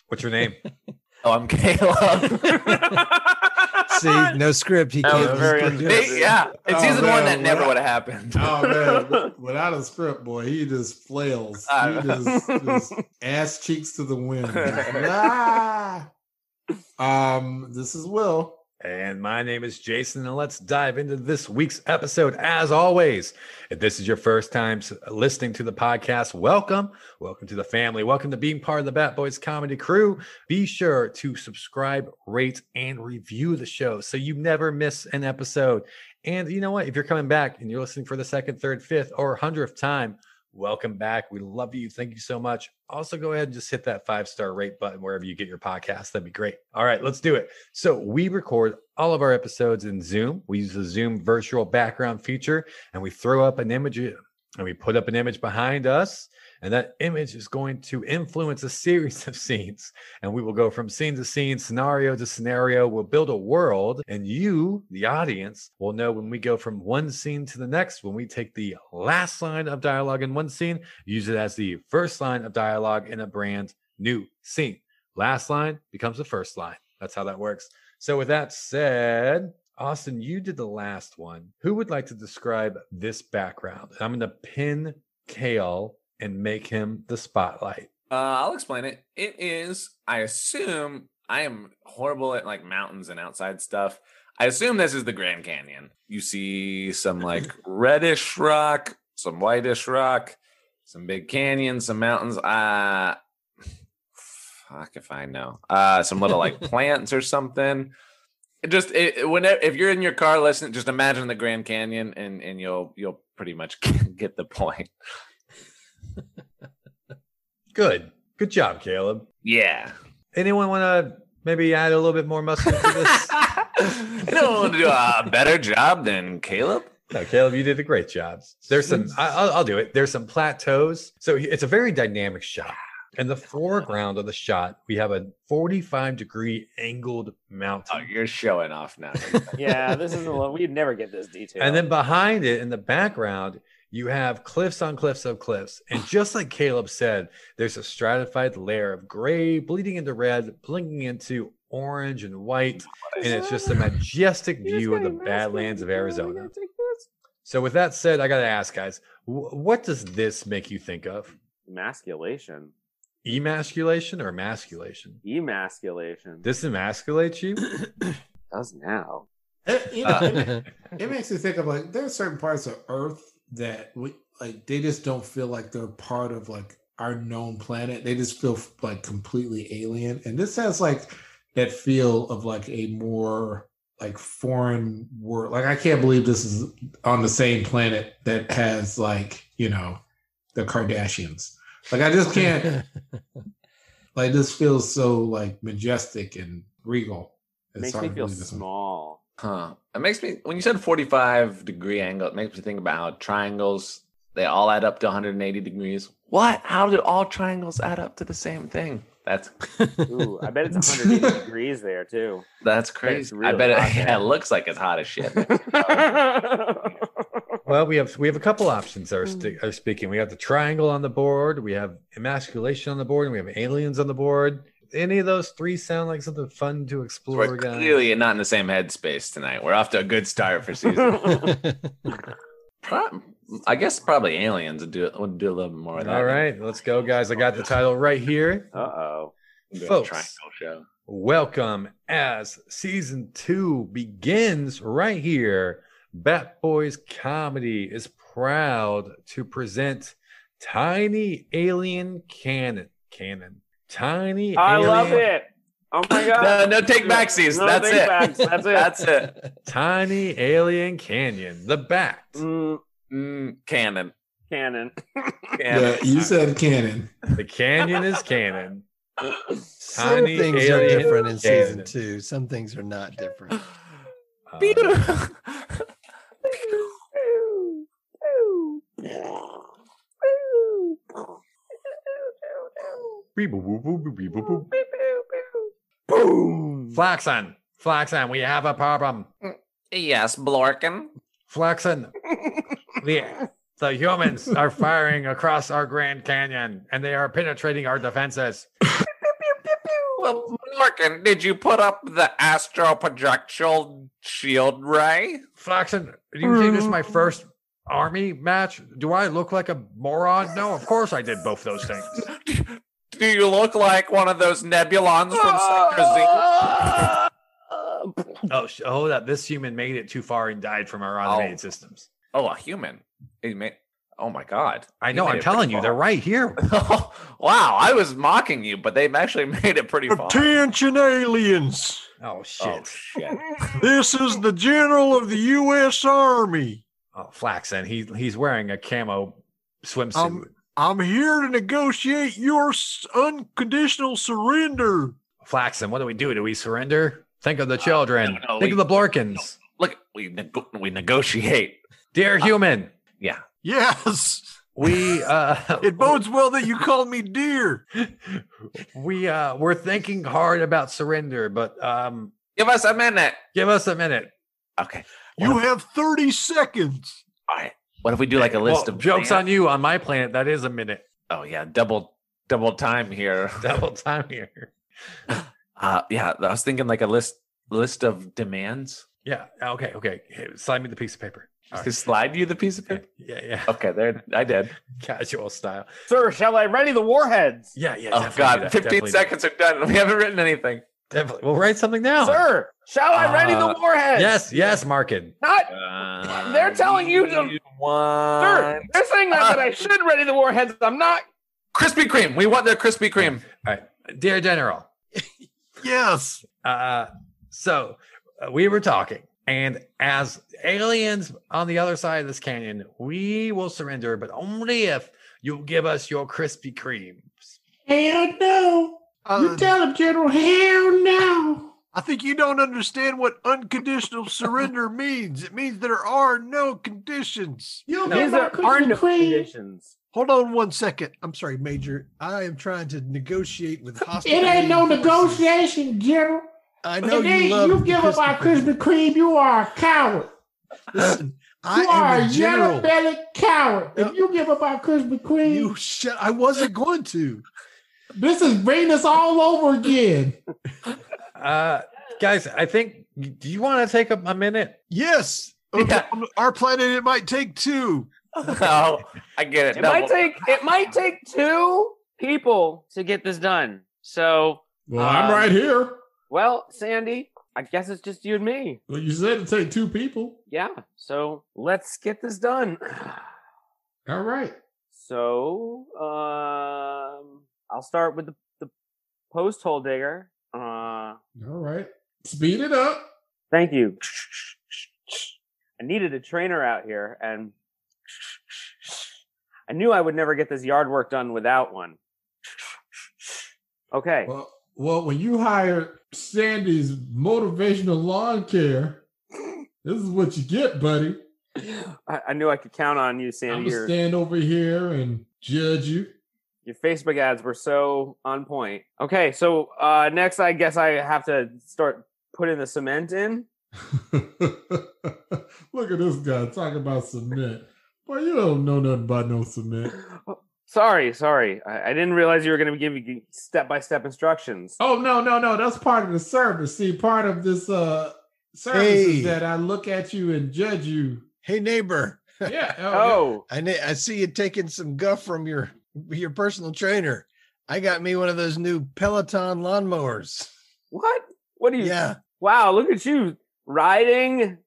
S6: what's your name?
S10: Oh, I'm Caleb.
S9: See, no script. He
S5: That
S9: can't.
S5: was very
S9: he's gonna do it.
S10: They- yeah. In
S8: Oh,
S10: season
S8: man,
S10: one, that never
S8: what-
S10: would have happened.
S8: Oh man, w- without a script, boy, he just flails. He
S10: I-
S8: just, just ass cheeks to the wind. Ah! Um, this is Will.
S6: And my name is Jason, and let's dive into this week's episode. As always, if this is your first time s- listening to the podcast, welcome. Welcome to the family. Welcome to being part of the Bat Boys comedy crew. Be sure to subscribe, rate, and review the show so you never miss an episode. And you know what? If you're coming back and you're listening for the second, third, fifth, or hundredth time, welcome back. We love you. Thank you so much. Also, go ahead and just hit that five star rate button wherever you get your podcast. That'd be great. All right, let's do it. So we record all of our episodes in Zoom. We use the Zoom virtual background feature and we throw up an image and we put up an image behind us. And that image is going to influence a series of scenes. And we will go from scene to scene, scenario to scenario. We'll build a world. And you, the audience, will know when we go from one scene to the next, when we take the last line of dialogue in one scene, use it as the first line of dialogue in a brand new scene. Last line becomes the first line. That's how that works. So, with that said, Austin, you did the last one. Who would like to describe this background? I'm going to pin Kale and make him the spotlight.
S10: Uh, I'll explain it. It is, I assume, I am horrible at like mountains and outside stuff. I assume this is the Grand Canyon. You see some like reddish rock, some whitish rock, some big canyons, some mountains. Uh, fuck if I know. Uh, some little like plants or something. It just it, it- whenever if you're in your car listening, just imagine the Grand Canyon, and and you'll you'll pretty much get the point.
S6: Good. Good job, Caleb.
S10: Yeah.
S6: Anyone want to maybe add a little bit more muscle to this?
S10: you don't want to do a better job than Caleb.
S6: No, Caleb, you did a great job. There's some, I, I'll, I'll do it. There's some plateaus. So he- it's a very dynamic shot. In the foreground of the shot, we have a 45 degree angled
S10: Oh,
S6: mountain.
S10: you're showing off now.
S5: Yeah, this is a little, we'd never get this detail.
S6: And then behind it in the background, you have cliffs on cliffs of cliffs. And just like Caleb said, there's a stratified layer of gray bleeding into red, blinking into orange and white. And it's just a majestic view of the Badlands of Arizona. So, with that said, I got to ask, guys, wh- what does this make you think of?
S5: emasculation,
S6: Emasculation or emasculation?
S5: emasculation.
S6: This emasculates you?
S13: does now.
S11: It, you know, it, ma- it makes me think of like there are certain parts of Earth that we like they just don't feel like they're part of like our known planet. They just feel like completely alien. And this has like that feel of like a more like foreign world. Like I can't believe this is on the same planet that has like, you know, the Kardashians. Like I just can't like this feels so like majestic and regal. It's
S13: makes
S11: hard
S13: me
S11: to
S13: feel
S11: believe this one.
S13: small.
S10: Huh. It makes me when you said 45 degree angle, it makes me think about how triangles they all add up to 180 degrees. What? How do all triangles add up to the same thing? That's
S13: Ooh, I bet it's 180 degrees there too.
S10: that's
S13: it's
S10: crazy. I
S13: really
S10: bet
S13: hot
S10: it, yeah,
S13: there.
S10: it looks like it's hot as shit.
S6: Well, we have we have a couple options that are, sti- are speaking. We have the triangle on the board. We have emasculation on the board. And we have aliens on the board. Any of those three sound like something fun to explore,
S10: We're
S6: guys?
S10: clearly not in the same headspace tonight. We're off to a good start for season. Pro- I guess probably aliens would do it. Would do a little bit more of that.
S6: All right, let's go, guys. I got the title right here.
S13: uh oh.
S10: We'll do a
S6: Folks.
S10: triangle show.
S6: Welcome as season two begins right here. Bat Boys Comedy is proud to present Tiny Alien Cannon. Cannon. Tiny
S5: I love
S6: Alien-
S5: it. Oh my
S10: No,
S5: god.
S10: no take backsies.
S5: No
S10: That's it.
S5: take-backs. That's it.
S10: That's it.
S6: Tiny Alien Canyon. The Bat.
S5: Mm,
S10: Mm, cannon.
S5: canon.
S10: Cannon.
S11: Yeah, you said canon.
S6: The canyon is cannon.
S9: Some
S6: Tiny
S9: things are
S6: alien
S9: different in season
S6: cannon.
S9: two. Some things are not different.
S6: Uh, beep, boop, boop, boop, boop, beep, boop, boop.
S13: Boom.
S6: Flaxen. Flaxen, we have a problem.
S10: Yes, Blorkin.
S6: Flaxen, the, the humans are firing across our Grand Canyon and they are penetrating our defenses.
S10: Well, Blorkin, did you put up the astro projectile shield ray?
S6: Flaxen, do you think this is my first army match? Do I look like a moron? No, of course I did both those things.
S10: Do you look like one of those nebulons from Sector Z?
S6: Ah. Oh, sh- oh, that this human made it too far and died from our automated
S10: Oh.
S6: systems.
S10: Oh, a human. He made, oh my God.
S6: I
S10: He
S6: know,
S10: made
S6: I'm
S10: it
S6: telling
S10: pretty
S6: you,
S10: far.
S6: they're right here.
S10: wow, I was mocking you, but they've actually made it pretty far.
S14: Attention, aliens!
S6: Oh, shit.
S10: Oh, shit.
S14: This is the General of the U.S. Army.
S6: Oh, Flaxen, he he's wearing a camo swimsuit.
S14: Um, I'm here to negotiate your s- unconditional surrender.
S6: Flaxen, what do we do? Do we surrender? Think of the children.
S10: Uh, no,
S6: Think
S10: we-
S6: of the Blorkins.
S10: Look, we, nego- we negotiate. Uh,
S6: Dear human,
S14: Yes,
S6: we uh
S14: it bodes well that you called me dear.
S6: we uh we're thinking hard about surrender, but um
S10: Give us a minute.
S6: give us a minute.
S10: Okay.
S14: You have 30 seconds.
S10: All right. What if we do like a list
S6: Well,
S10: of
S6: jokes on you on my planet. That is a minute.
S10: Oh yeah, double double time here.
S6: Double time here.
S10: Uh yeah, I was thinking like a list list of demands.
S6: Yeah. Okay. Okay. Hey, Slide me the piece of paper. All
S10: To slide you the piece of paper.
S6: Yeah. Yeah.
S10: Okay, there I did.
S6: Casual style.
S5: Sir, shall I ready the warheads?
S6: Yeah. Yeah.
S10: Oh
S6: definitely do
S10: god,
S6: that,
S10: 15
S6: definitely do that.
S10: seconds are done. and We haven't written anything.
S6: Definitely. We'll write something down.
S5: Sir, shall I ready
S10: Uh,
S5: the warheads?
S6: Yes. Yes. Markin.
S5: Not
S4: Uh,
S5: They're telling you to- sir.
S10: want
S5: They're saying that, that I should ready the warheads. I'm not.
S10: Krispy Kreme. We want their Krispy Kreme.
S6: Dear General.
S14: Yes.
S6: Uh, so uh, we were talking, and as aliens on the other side of this canyon, we will surrender, but only if you give us your Krispy Kreme.
S11: Hell no.
S14: Uh,
S11: You tell him, General, hell no.
S14: I think you don't understand what unconditional surrender means. It means there are no conditions.
S11: You'll get
S5: These
S11: my
S5: are our
S11: Krispy Kreme.
S5: conditions.
S14: Hold on one second. I'm sorry, Major. I am trying to negotiate with
S11: It
S14: hostile.
S11: ain't no
S14: forces.
S11: negotiation, General.
S14: I know
S11: If
S14: you
S11: you,
S14: love
S11: you give up our Krispy Kreme, you are a coward.
S14: Listen, I
S11: you are
S14: am
S11: a
S14: a general.
S11: yellow bellied coward.
S14: No.
S11: If you give up our Krispy Kreme,
S14: You shut. I wasn't going to.
S11: this is bringing us all over again.
S6: Uh, guys, I think, do you want to take a, a minute?
S14: Yes. Okay,
S10: Yeah.
S14: on Our planet, it might take two.
S10: oh, I get it.
S5: It
S10: No,
S5: might
S10: well-
S5: take it might take two people to get this done. So
S11: Well,
S5: I'm Um, right
S11: here.
S5: Well, Sandy, I guess it's just you and me.
S8: Well, you said it'd take two people.
S5: Yeah. So let's get this done.
S8: All right.
S5: So um, I'll start with the, the post hole digger. Uh,
S8: All right. Speed it up.
S5: Thank you. I needed a trainer out here, and I knew I would never get this yard work done without one. Okay.
S8: Well, well, when you hire Sandy's motivational lawn care, this is what you get, buddy.
S5: I, I knew I could count on you,
S8: I'm
S5: Sandy.
S8: gonna
S5: Your,
S8: stand over here and judge you.
S5: your Facebook ads were so on point. Okay, so uh, next, I guess I have to start putting the cement in.
S8: Look at this guy talking about cement. Boy, you don't know nothing about no cement.
S5: Sorry, sorry. I, I didn't realize you were going to give me step by step instructions.
S8: Oh no, no, no. That's part of the service. See, part of this uh service
S5: Hey.
S8: is that I look at you and judge you.
S9: Hey neighbor.
S8: Yeah.
S5: Oh.
S9: I ne- I see you taking some guff from your your personal trainer. I got me one of those new Peloton lawnmowers.
S5: What? What are you?
S9: Yeah.
S5: Wow, look at you riding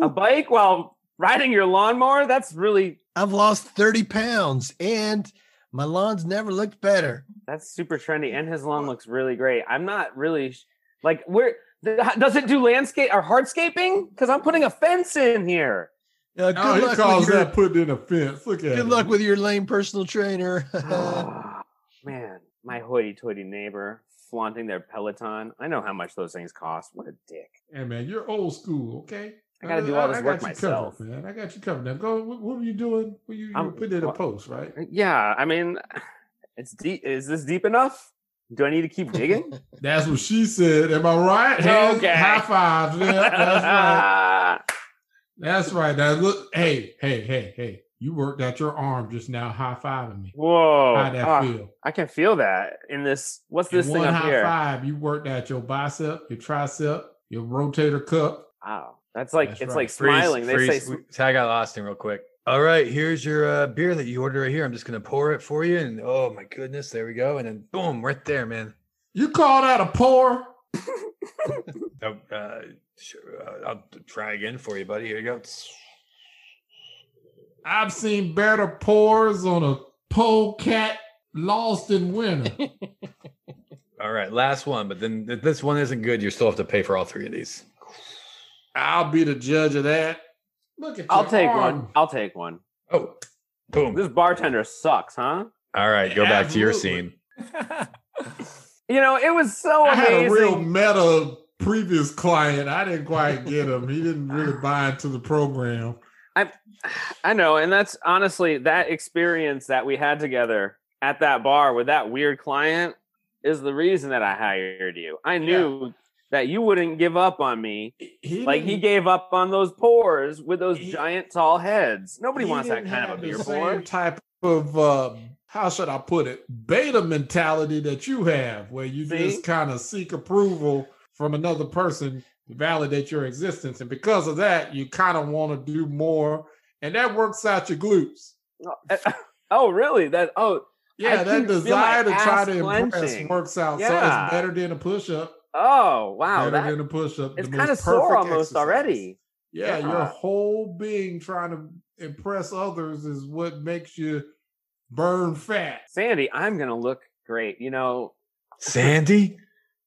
S5: a bike while riding your lawnmower. That's really
S9: I've lost 30 pounds and my lawn's never looked better.
S5: that's super trendy, and his lawn looks really great. I'm not really sh- like where th- does it do landscape or hardscaping? Because I'm putting a fence in here.
S9: Uh,
S8: Oh, he calls that putting in a fence. Look at
S9: Good
S8: him.
S9: luck with your lame personal trainer.
S5: Man, my hoity-toity neighbor flaunting their Peloton. I know how much those things cost. What a dick.
S8: Hey man, you're old school, okay?
S5: I gotta do all this
S8: got
S5: work
S8: you
S5: myself.
S8: covered, man. I got you covered. Now go. What, what were you doing? Were you, you were
S5: I'm-
S8: putting in a
S5: what-
S8: post, right?
S5: Yeah, I mean, it's deep. Is this deep enough? Do I need to keep digging?
S8: That's what she said. Am I right? Hands,
S5: Okay.
S8: High fives. Yeah, that's right. That's right. Now look. Hey, hey, hey, hey. You worked out your arm just now. High fiving me.
S5: Whoa!
S8: How'd that
S5: Ah,
S8: feel?
S5: I can feel that in this. What's
S8: In
S5: this thing
S8: one
S5: up
S8: high
S5: here?
S8: five. You worked out your bicep, your tricep, your rotator cuff.
S5: Wow, that's like
S8: That's
S5: it's
S8: right.
S5: like
S8: Freeze,
S5: smiling. they
S8: freeze,
S5: say,
S8: we-
S5: sm-
S6: I got lost in real quick.
S9: All right, here's your uh, beer that you ordered right here.
S6: I'm just gonna pour it for you, and oh my goodness, there we go. And then boom, right there, man.
S8: You call that a pour?
S6: Oh, uh, sure, uh, I'll try again for you, buddy. Here you go.
S8: I've seen better pours on a polecat lost in winter.
S6: All right, last one. But then if this one isn't good, you still have to pay for all three of these.
S8: I'll be the judge of that. Look at
S5: "I'll
S8: your
S5: take
S8: arm.
S5: one. I'll take one."
S6: Oh, boom!
S5: This bartender sucks, huh?
S6: All right, go back to your scene.
S5: You know, it was so
S8: I had a
S5: amazing.
S8: real meta previous client. I didn't quite get him. He didn't really buy into the program.
S5: I know, and that's honestly that experience that we had together at that bar with that weird client is the reason that I hired you. I knew that you wouldn't give up on me. like he
S8: didn't-
S5: gave up on those pores with those giant tall heads. Nobody
S8: He
S5: wants that
S8: didn't
S5: kind
S8: have
S5: of a beer
S8: the
S5: pour.
S8: same type of uh, how should I put it? Beta mentality that you have, where you just kind of seek approval from another person to validate your existence, and because of that, you kind of want to do more, and that works out your glutes.
S5: Oh, really? That oh
S8: Yeah,
S5: I
S8: that
S5: can feel my
S8: desire to try
S5: ass
S8: to impress
S5: clenching.
S8: works out. So
S5: Yeah.
S8: it's better than a push up.
S5: Oh wow,
S8: better
S5: that,
S8: than a push up.
S5: it's kind of sore almost already.
S8: Yeah, your whole being trying to impress others is what makes you burn fat.
S5: Sandy, I'm gonna look great. You know,
S6: Sandy,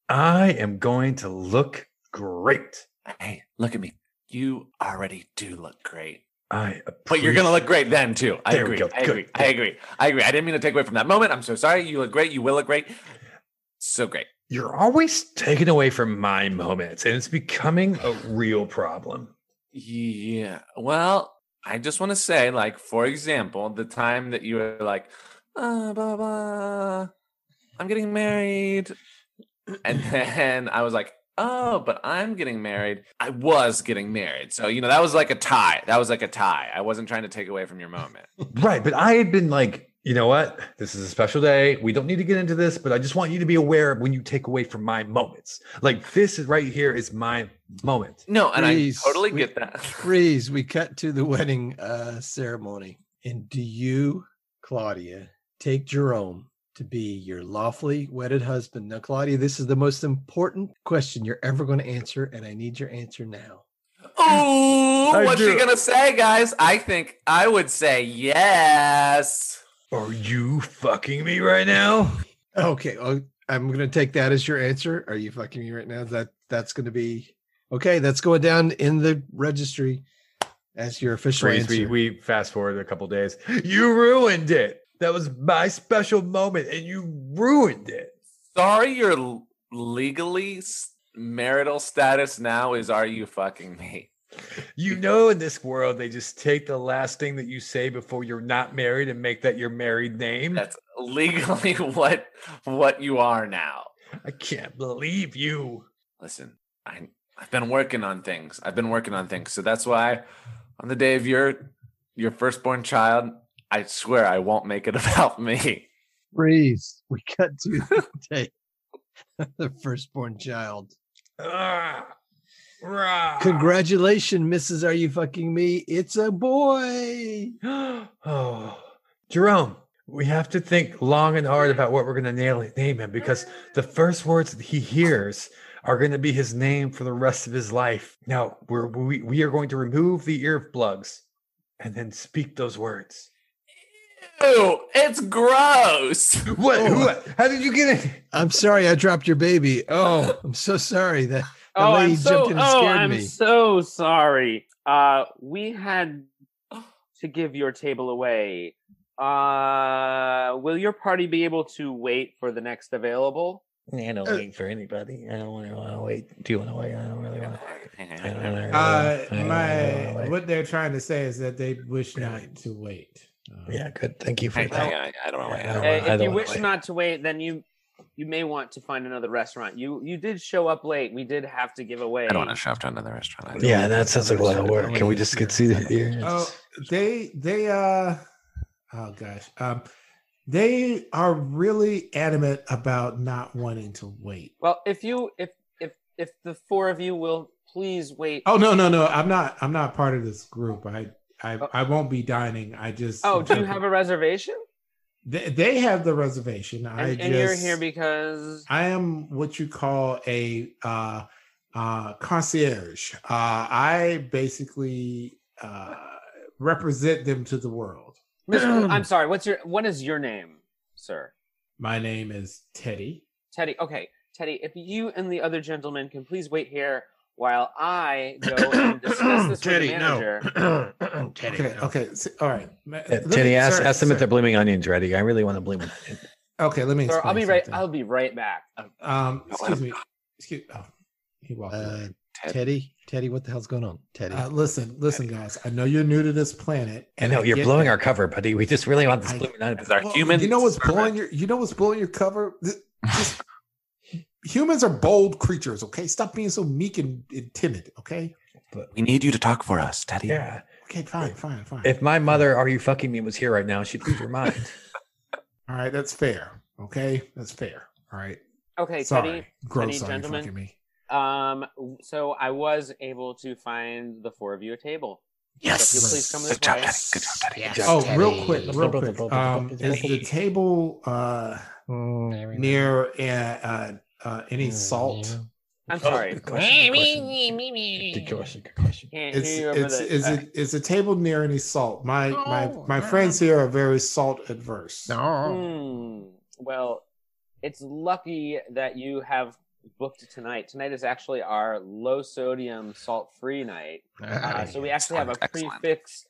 S6: I am going to look great.
S10: Hey, look at me. You already do look great.
S6: I
S10: But you're gonna look great then too. I
S6: There we
S10: agree.
S6: go.
S10: I
S6: Good,
S10: agree. I agree. I agree. I didn't mean to take away from that moment. I'm so sorry. You look great. You will look great. So great.
S6: You're always taken away from my moments, and it's becoming a real problem.
S10: Yeah. Well, I just want to say, like, for example, the time that you were like, uh, blah, blah, I'm getting married. And then I was like, oh, but I'm getting married. I was getting married. So, you know, that was like a tie. That was like a tie. I wasn't trying to take away from your moment.
S6: Right. But I had been like, you know what? This is a special day. We don't need to get into this, but I just want you to be aware of when you take away from my moments. Like this is right here is my moment.
S10: No,
S6: and I totally
S9: we-
S6: get that.
S9: Freeze. We cut to the wedding uh, ceremony. And do you, Claudia, take Jerome to be your lawfully wedded husband? Now, Claudia, this is the most important question you're ever going to answer, and I need your answer now.
S10: Oh,
S9: I
S10: what's
S9: do.
S10: she gonna say, guys? I think I would say yes.
S12: Are you fucking me right now?
S9: Okay, well, I'm going to take that as your answer. Are you fucking me right now? That that's going to be okay. That's going down in the registry as your official
S6: Freeze,
S9: answer.
S6: we, we fast forward a couple days. You ruined it. That was my special moment, and you ruined it.
S10: Sorry, your l- legally s- marital status now is are you fucking me?
S6: You know, in this world, they just take the last thing that you say before you're not married and make that your married name.
S10: That's legally what what you are now.
S6: I can't believe you.
S10: Listen, I I've been working on things. I've been working on things. So that's why on the day of your your firstborn child, I swear I won't make it about me.
S9: Freeze. We cut to the day of the firstborn child. Congratulations, Mrs. Are You Fucking Me? It's a boy.
S6: Oh, Jerome, we have to think long and hard about what we're going to nail it, name him because the first words that he hears are going to be his name for the rest of his life. Now, we're, we we are going to remove the earplugs and then speak those words.
S10: Ew, it's gross.
S6: What? Who- how did you get it?
S9: Oh. I'm sorry, I dropped your baby. Oh, I'm so sorry. That, that
S5: Oh,
S9: lady
S5: I'm so,
S9: jumped in and
S5: oh,
S9: scared
S5: I'm
S9: me.
S5: so sorry. Uh, we had to give your table away. Uh, will your party be able to wait for the next available?
S12: I don't
S11: Uh,
S12: wait for anybody. I don't want to wait. Do you want to wait? I don't really want to wait.
S11: Uh, my what they're trying to say is that they wish not to wait. Uh,
S12: Yeah, good. Thank you for
S11: Hey,
S12: that.
S11: I-
S10: I don't
S12: know.
S5: Uh, if you wish not to wait, then you you may want to find another restaurant. You you did show up late. We did have to give away.
S10: I don't want to shove to another restaurant. either.
S12: Yeah, that sounds like a lot of work. Can we just get seated here?
S6: Uh,
S11: Oh, they they uh oh gosh. Um they are really adamant about not wanting to wait.
S5: Well, if you if if if the four of you will please wait.
S11: Oh no, no, no. I'm not I'm not part of this group. I I, I won't be dining. I just
S5: Oh, do you have a reservation?
S11: they, they have the reservation. I
S5: And,
S11: just
S5: and you're here because
S11: I am what you call a uh, uh, concierge. Uh, I basically uh, represent them to the world.
S5: Mr. I'm sorry. What's your what is your name, sir?
S11: My name is Teddy.
S5: Teddy, okay, Teddy, if you and the other gentleman can please wait here while I go and discuss this
S12: Teddy,
S5: with the
S12: no.
S5: manager.
S12: Teddy.
S11: Okay, okay, s- all right. Ma-
S12: Yeah,
S11: let me-
S12: Teddy, ask,
S11: sir,
S12: ask them
S11: sir.
S12: if they're blooming onions ready. I really want a blooming onion.
S11: Okay, let me.
S5: Sir, I'll
S11: explain
S5: be right. I'll be right back.
S11: something. Um, excuse me. Excuse. Oh, he
S12: Uh,
S11: walked away.
S9: Teddy, Teddy, what the hell's going on? Teddy.
S11: Uh, listen, listen, guys. I know you're new to this planet.
S12: I know you're
S11: get
S12: blowing
S11: that.
S12: our cover, buddy. We just really want this blooming onion.
S10: As our human
S11: You know what's blowing your you know what's blowing your cover? Th- just- humans are bold creatures, okay? Stop being so meek and, and timid, okay?
S10: We need you to talk for us, Hmm. Teddy.
S12: Yeah.
S11: Okay, fine, fine, fine.
S12: If my mother, are you fucking me, was here right now, she'd lose her mind.
S11: all right, that's fair. Okay, that's fair. All right.
S5: Okay,
S11: Sorry.
S5: Teddy,
S11: Gross,
S5: Teddy,
S11: sorry,
S5: gentlemen.
S11: fucking me.
S5: Um, so I was able to find the four of you a table. Yes, so if you please come this way.
S11: oh, real quick, real quick. Um, is the table uh, near uh, uh, uh, any salt? Oh,
S5: I'm sorry.
S12: Good question. Good
S5: question.
S11: It's, it's
S5: uh,
S11: is it is the table near any salt? My my my friends here are very salt adverse.
S5: Hmm. Well, it's lucky that you have booked tonight. Tonight is actually our low sodium, salt free night. Uh,
S12: Ah,
S5: so we actually have a prefix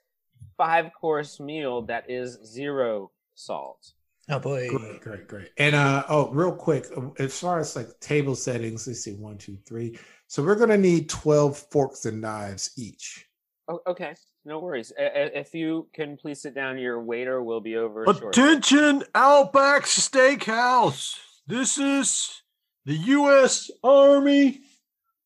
S5: five course meal that is zero salt.
S12: Oh boy.
S11: Great, great, great. And uh oh, real quick, uh, as far as like table settings, let's see one, two, three. So we're gonna need twelve forks and knives each.
S5: Oh, okay, no worries. I- I- If you can please sit down, your waiter will be over shortly.
S14: Attention, Outback Steakhouse. This is the U.S. Army.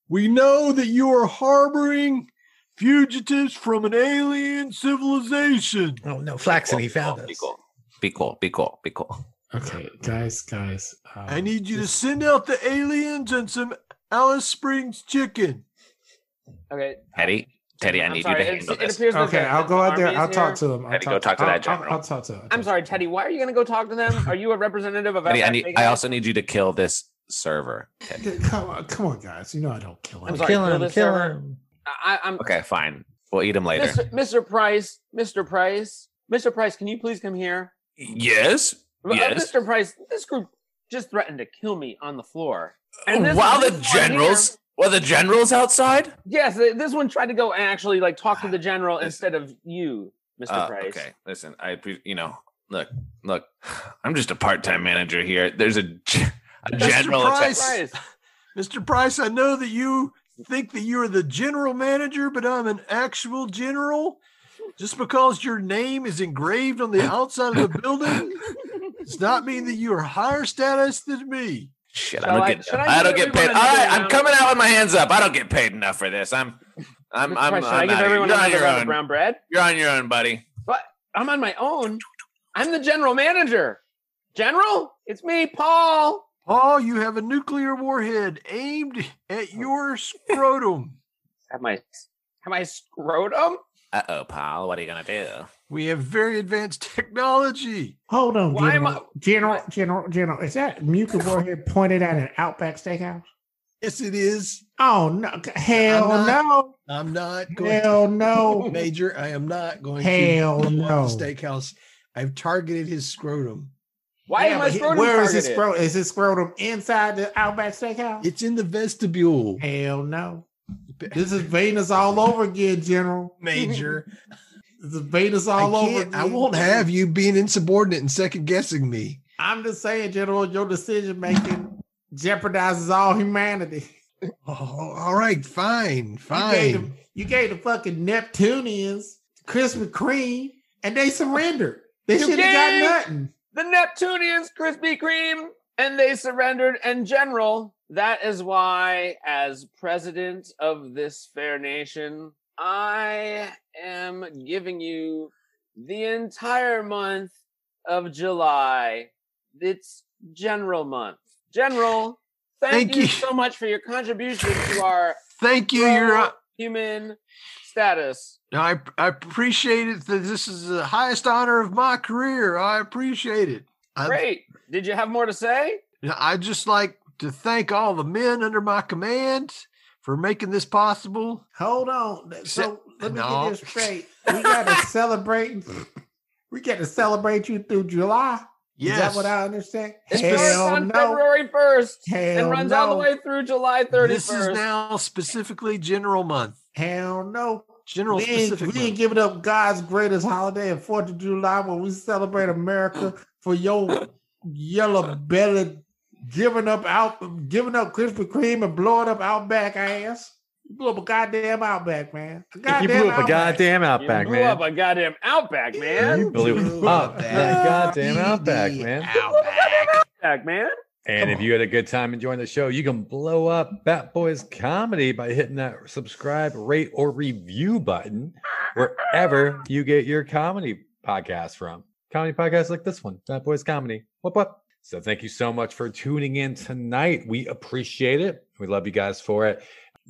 S14: We know that you are harboring fugitives from an alien civilization.
S12: Oh no, Flaxen, he found us.
S10: Be cool. Be cool. Be cool.
S11: Okay, guys, guys. Um,
S14: I need you to send out the aliens and some Alice Springs chicken.
S5: Okay,
S10: Teddy, Teddy, I need
S5: sorry,
S10: you to
S5: it's-
S10: handle
S5: it
S10: this.
S5: appears that
S8: Okay,
S5: the-
S8: I'll go out there.
S5: Army's
S8: I'll talk
S5: here.
S8: to them. I'll
S10: Teddy, go talk to
S8: I'll-
S10: that
S8: I'll-
S10: general.
S8: I'll talk to them.
S5: I'm sorry, Teddy. Why are you going to go talk to them? Are you a representative of?
S10: Teddy, I,
S5: FF?
S10: need, I also need you to kill this server. Teddy.
S8: Come on, come on, guys. You know I don't kill him.
S5: I'm sorry. Kill him. Kill him. I, I'm
S10: Okay, fine. We'll eat him later.
S5: Mr. Mr. Price. Mr. Price. Mr. Price. Can you please come here?
S10: Yes.
S5: Uh,
S10: Yes.
S5: Mr. Price, this group just threatened to kill me on the floor. this-
S10: While the
S5: this one
S10: generals, while the generals outside.
S5: here- yes, th- this one tried to go and actually like talk to the general instead of you, Mr.
S10: Uh,
S5: Price.
S10: Okay, listen, I appre- you know, look, look, I'm just a part-time manager here. There's a, g- a general
S14: Mr.
S10: attack.
S14: Price, Mr. Price, I know that you think that you're the general manager, but I'm an actual general. Just because your name is engraved on the outside of the building does not mean that you are higher status than me.
S10: Shit,
S14: Shall
S10: I don't
S14: I-
S10: get,
S14: should I
S10: I, don't
S14: give
S10: get paid. All
S14: everyone a
S10: right,
S14: round?
S10: I'm coming out with my hands up. I don't get paid enough for this. I'm, I'm,
S5: Mr.
S10: I'm,
S5: Price,
S10: I'm
S5: should I give
S10: outta here.
S5: everyone
S10: You're on
S5: another
S10: your
S5: round
S10: own.
S5: of brown bread?
S10: You're on your own, buddy.
S5: But I'm on my own. I'm the general manager. General, it's me, Paul.
S14: Paul, you have a nuclear warhead aimed at your scrotum.
S5: Have my have my scrotum?
S10: Uh oh, Paul, what are you gonna do?
S14: We have very advanced technology.
S10: Oh,
S8: Hold on,
S14: Why am
S8: General. General, General, General. Is that Muka Warhead pointed at an Outback Steakhouse?
S15: Yes, it is.
S8: Oh no! Hell
S15: I'm not-
S8: no!
S15: I'm not going
S8: Hell
S15: to,
S8: no!
S15: Major, I am not going
S8: Hell
S15: to
S8: no.
S15: the steakhouse. I've targeted his scrotum.
S5: Why
S8: Yeah, but he- Where is his scrotum? Is his scrotum inside the Outback Steakhouse?
S15: It's in the vestibule.
S8: Hell no! This is Venus all over again, General
S15: Major.
S8: This is Venus all
S15: I
S8: over.
S15: can't-
S8: Again.
S15: I won't have you being insubordinate and second guessing me.
S8: I'm just saying, General, your decision making jeopardizes all humanity.
S15: Oh, all right, fine,
S8: You gave,
S15: fine.
S8: the, you gave the fucking Neptunians Krispy Kreme, and they surrendered. They
S5: You
S8: should have
S5: gave-
S8: got nothing.
S5: The Neptunians, Krispy Kreme, and they surrendered. And General, that is why, as president of this fair nation, I am giving you the entire month of July. It's General Month. General, thank,
S14: Thank
S5: you,
S14: you.
S5: so much for your contribution to our
S14: Thank you. You're
S5: human status.
S14: I, I appreciate it. That this is the highest honor of my career. I appreciate it.
S5: Great. Did you have more to say?
S14: And I'd just like to thank all the men under my command for making this possible.
S8: Hold on. So let me
S14: No.
S8: get this straight. We gotta celebrate. We gotta celebrate you through July. Is that
S14: Yes.
S8: what I understand?
S5: It starts on February 1st
S8: Hell
S5: and runs all the
S8: no.
S5: way through July 31st.
S14: This is now specifically General Month.
S8: Hell no.
S14: General
S8: we ain't,
S14: specific
S8: we ain't
S14: month.
S8: giving up God's greatest holiday of Fourth of July when we celebrate America for your yellow belly giving up out giving up Krispy Kreme and blowing up Outback ass. You blew up a goddamn Outback, man. A
S6: You
S8: goddamn
S6: blew up a
S8: Outback.
S6: goddamn outback,
S5: blew
S6: man.
S5: up a goddamn Outback, man.
S6: You blew up that goddamn outback, man.
S5: Outback, man.
S6: And if you had a good time enjoying the show, you can blow up Bat Boys Comedy by hitting that subscribe, rate, or review button wherever you get your comedy podcast from. Comedy podcasts like this one, Bat Boys Comedy. What what? So thank you so much for tuning in tonight. We appreciate it. We love you guys for it.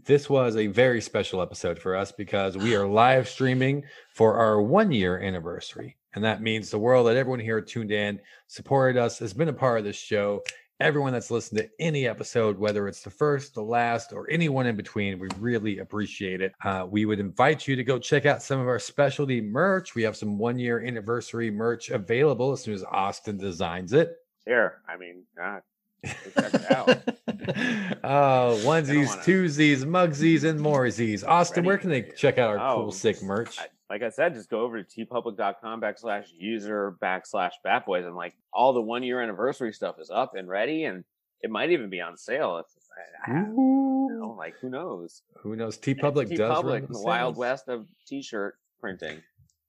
S6: This was a very special episode for us because we are live streaming for our one year anniversary. And that means the world that everyone here tuned in, supported us, has been a part of this show. Everyone that's listened to any episode, whether it's the first, the last, or anyone in between, we really appreciate it. Uh, we would invite you to go check out some of our specialty merch. We have some one year anniversary merch available as soon as Austin designs it.
S5: Here, I mean, God.
S6: Oh, onesies, twosies, mugsies, and moresies. Austin, where can they check out our
S5: Oh.
S6: cool, sick merch?
S5: Like I said, just go over to tpublic.com backslash user backslash Batboys and like all the one year anniversary stuff is up and ready and it might even be on sale. If, I, I don't know, like who knows?
S6: Who knows? T Public does.
S5: Public,
S6: run
S5: the
S6: sales.
S5: wild west of t-shirt printing.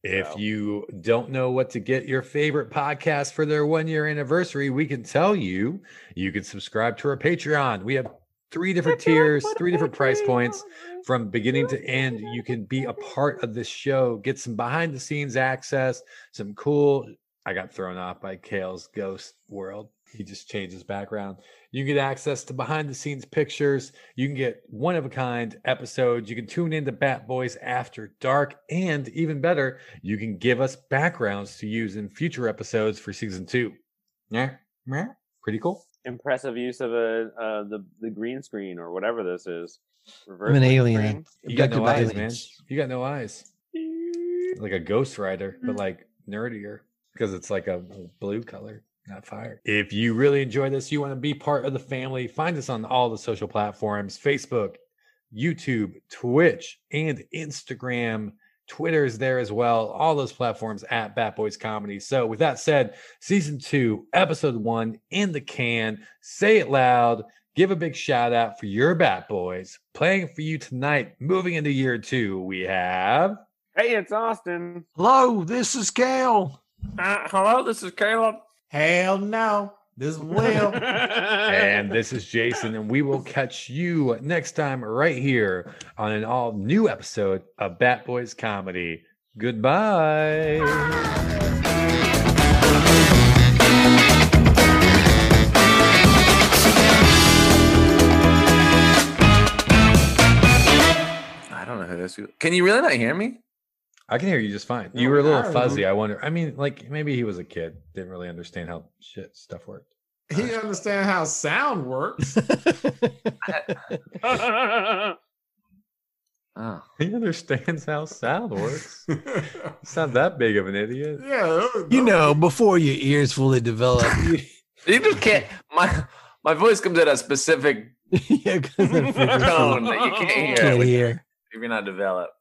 S6: If you don't know what to get your favorite podcast for their one year anniversary, we can tell you. You can subscribe to our Patreon. We have three different tiers, three different price points from beginning to end. You can be a part of this show, get some behind the scenes access, some cool I got thrown off by Kale's ghost world. He just changed his background. You can get access to behind the scenes pictures. You can get one of a kind episodes. You can tune in to Bat Boys After Dark. And even better, you can give us backgrounds to use in future episodes for season two. Yeah, yeah, pretty cool.
S5: Impressive use of a uh, the the green screen or whatever this is. Reverse
S8: I'm an
S5: green
S8: alien.
S5: screen.
S6: You got
S8: abducted
S6: no
S8: by
S6: eyes, man.
S8: aliens.
S6: You got no eyes. Like a Ghost Rider, but like nerdier because it's like a blue color, not fire. If you really enjoy this, you want to be part of the family, find us on all the social platforms Facebook, YouTube, Twitch, and Instagram. Twitter is there as well. All those platforms at Bat Boys Comedy. So, with that said, season two, episode one in the can. Say it loud. Give a big shout out for your Bat Boys playing for you tonight. Moving into year two, we have.
S5: Hey, it's Austin.
S14: Hello, this is Kale.
S10: Uh, hello, this is Caleb.
S11: Hell no. This is Will.
S6: and this is Jason, and we will catch you next time right here on an all new episode of Bat Boys Comedy. Goodbye.
S10: I don't know who this is. Can you really not hear me? Oh,
S6: I can hear you just fine. You were a little
S10: I don't
S6: fuzzy.
S10: know.
S6: I wonder. I mean, like maybe he was a kid, didn't really understand how shit stuff worked.
S11: He didn't understand how sound works.
S10: Oh.
S6: He understands how sound works. He's not that big of an idiot.
S11: Yeah.
S8: You know, before your ears fully develop.
S10: You just can't. My my voice comes at a specific
S8: yeah,
S10: tone that you can't hear.
S8: Can't
S10: which-
S8: hear.
S10: If you're not developed.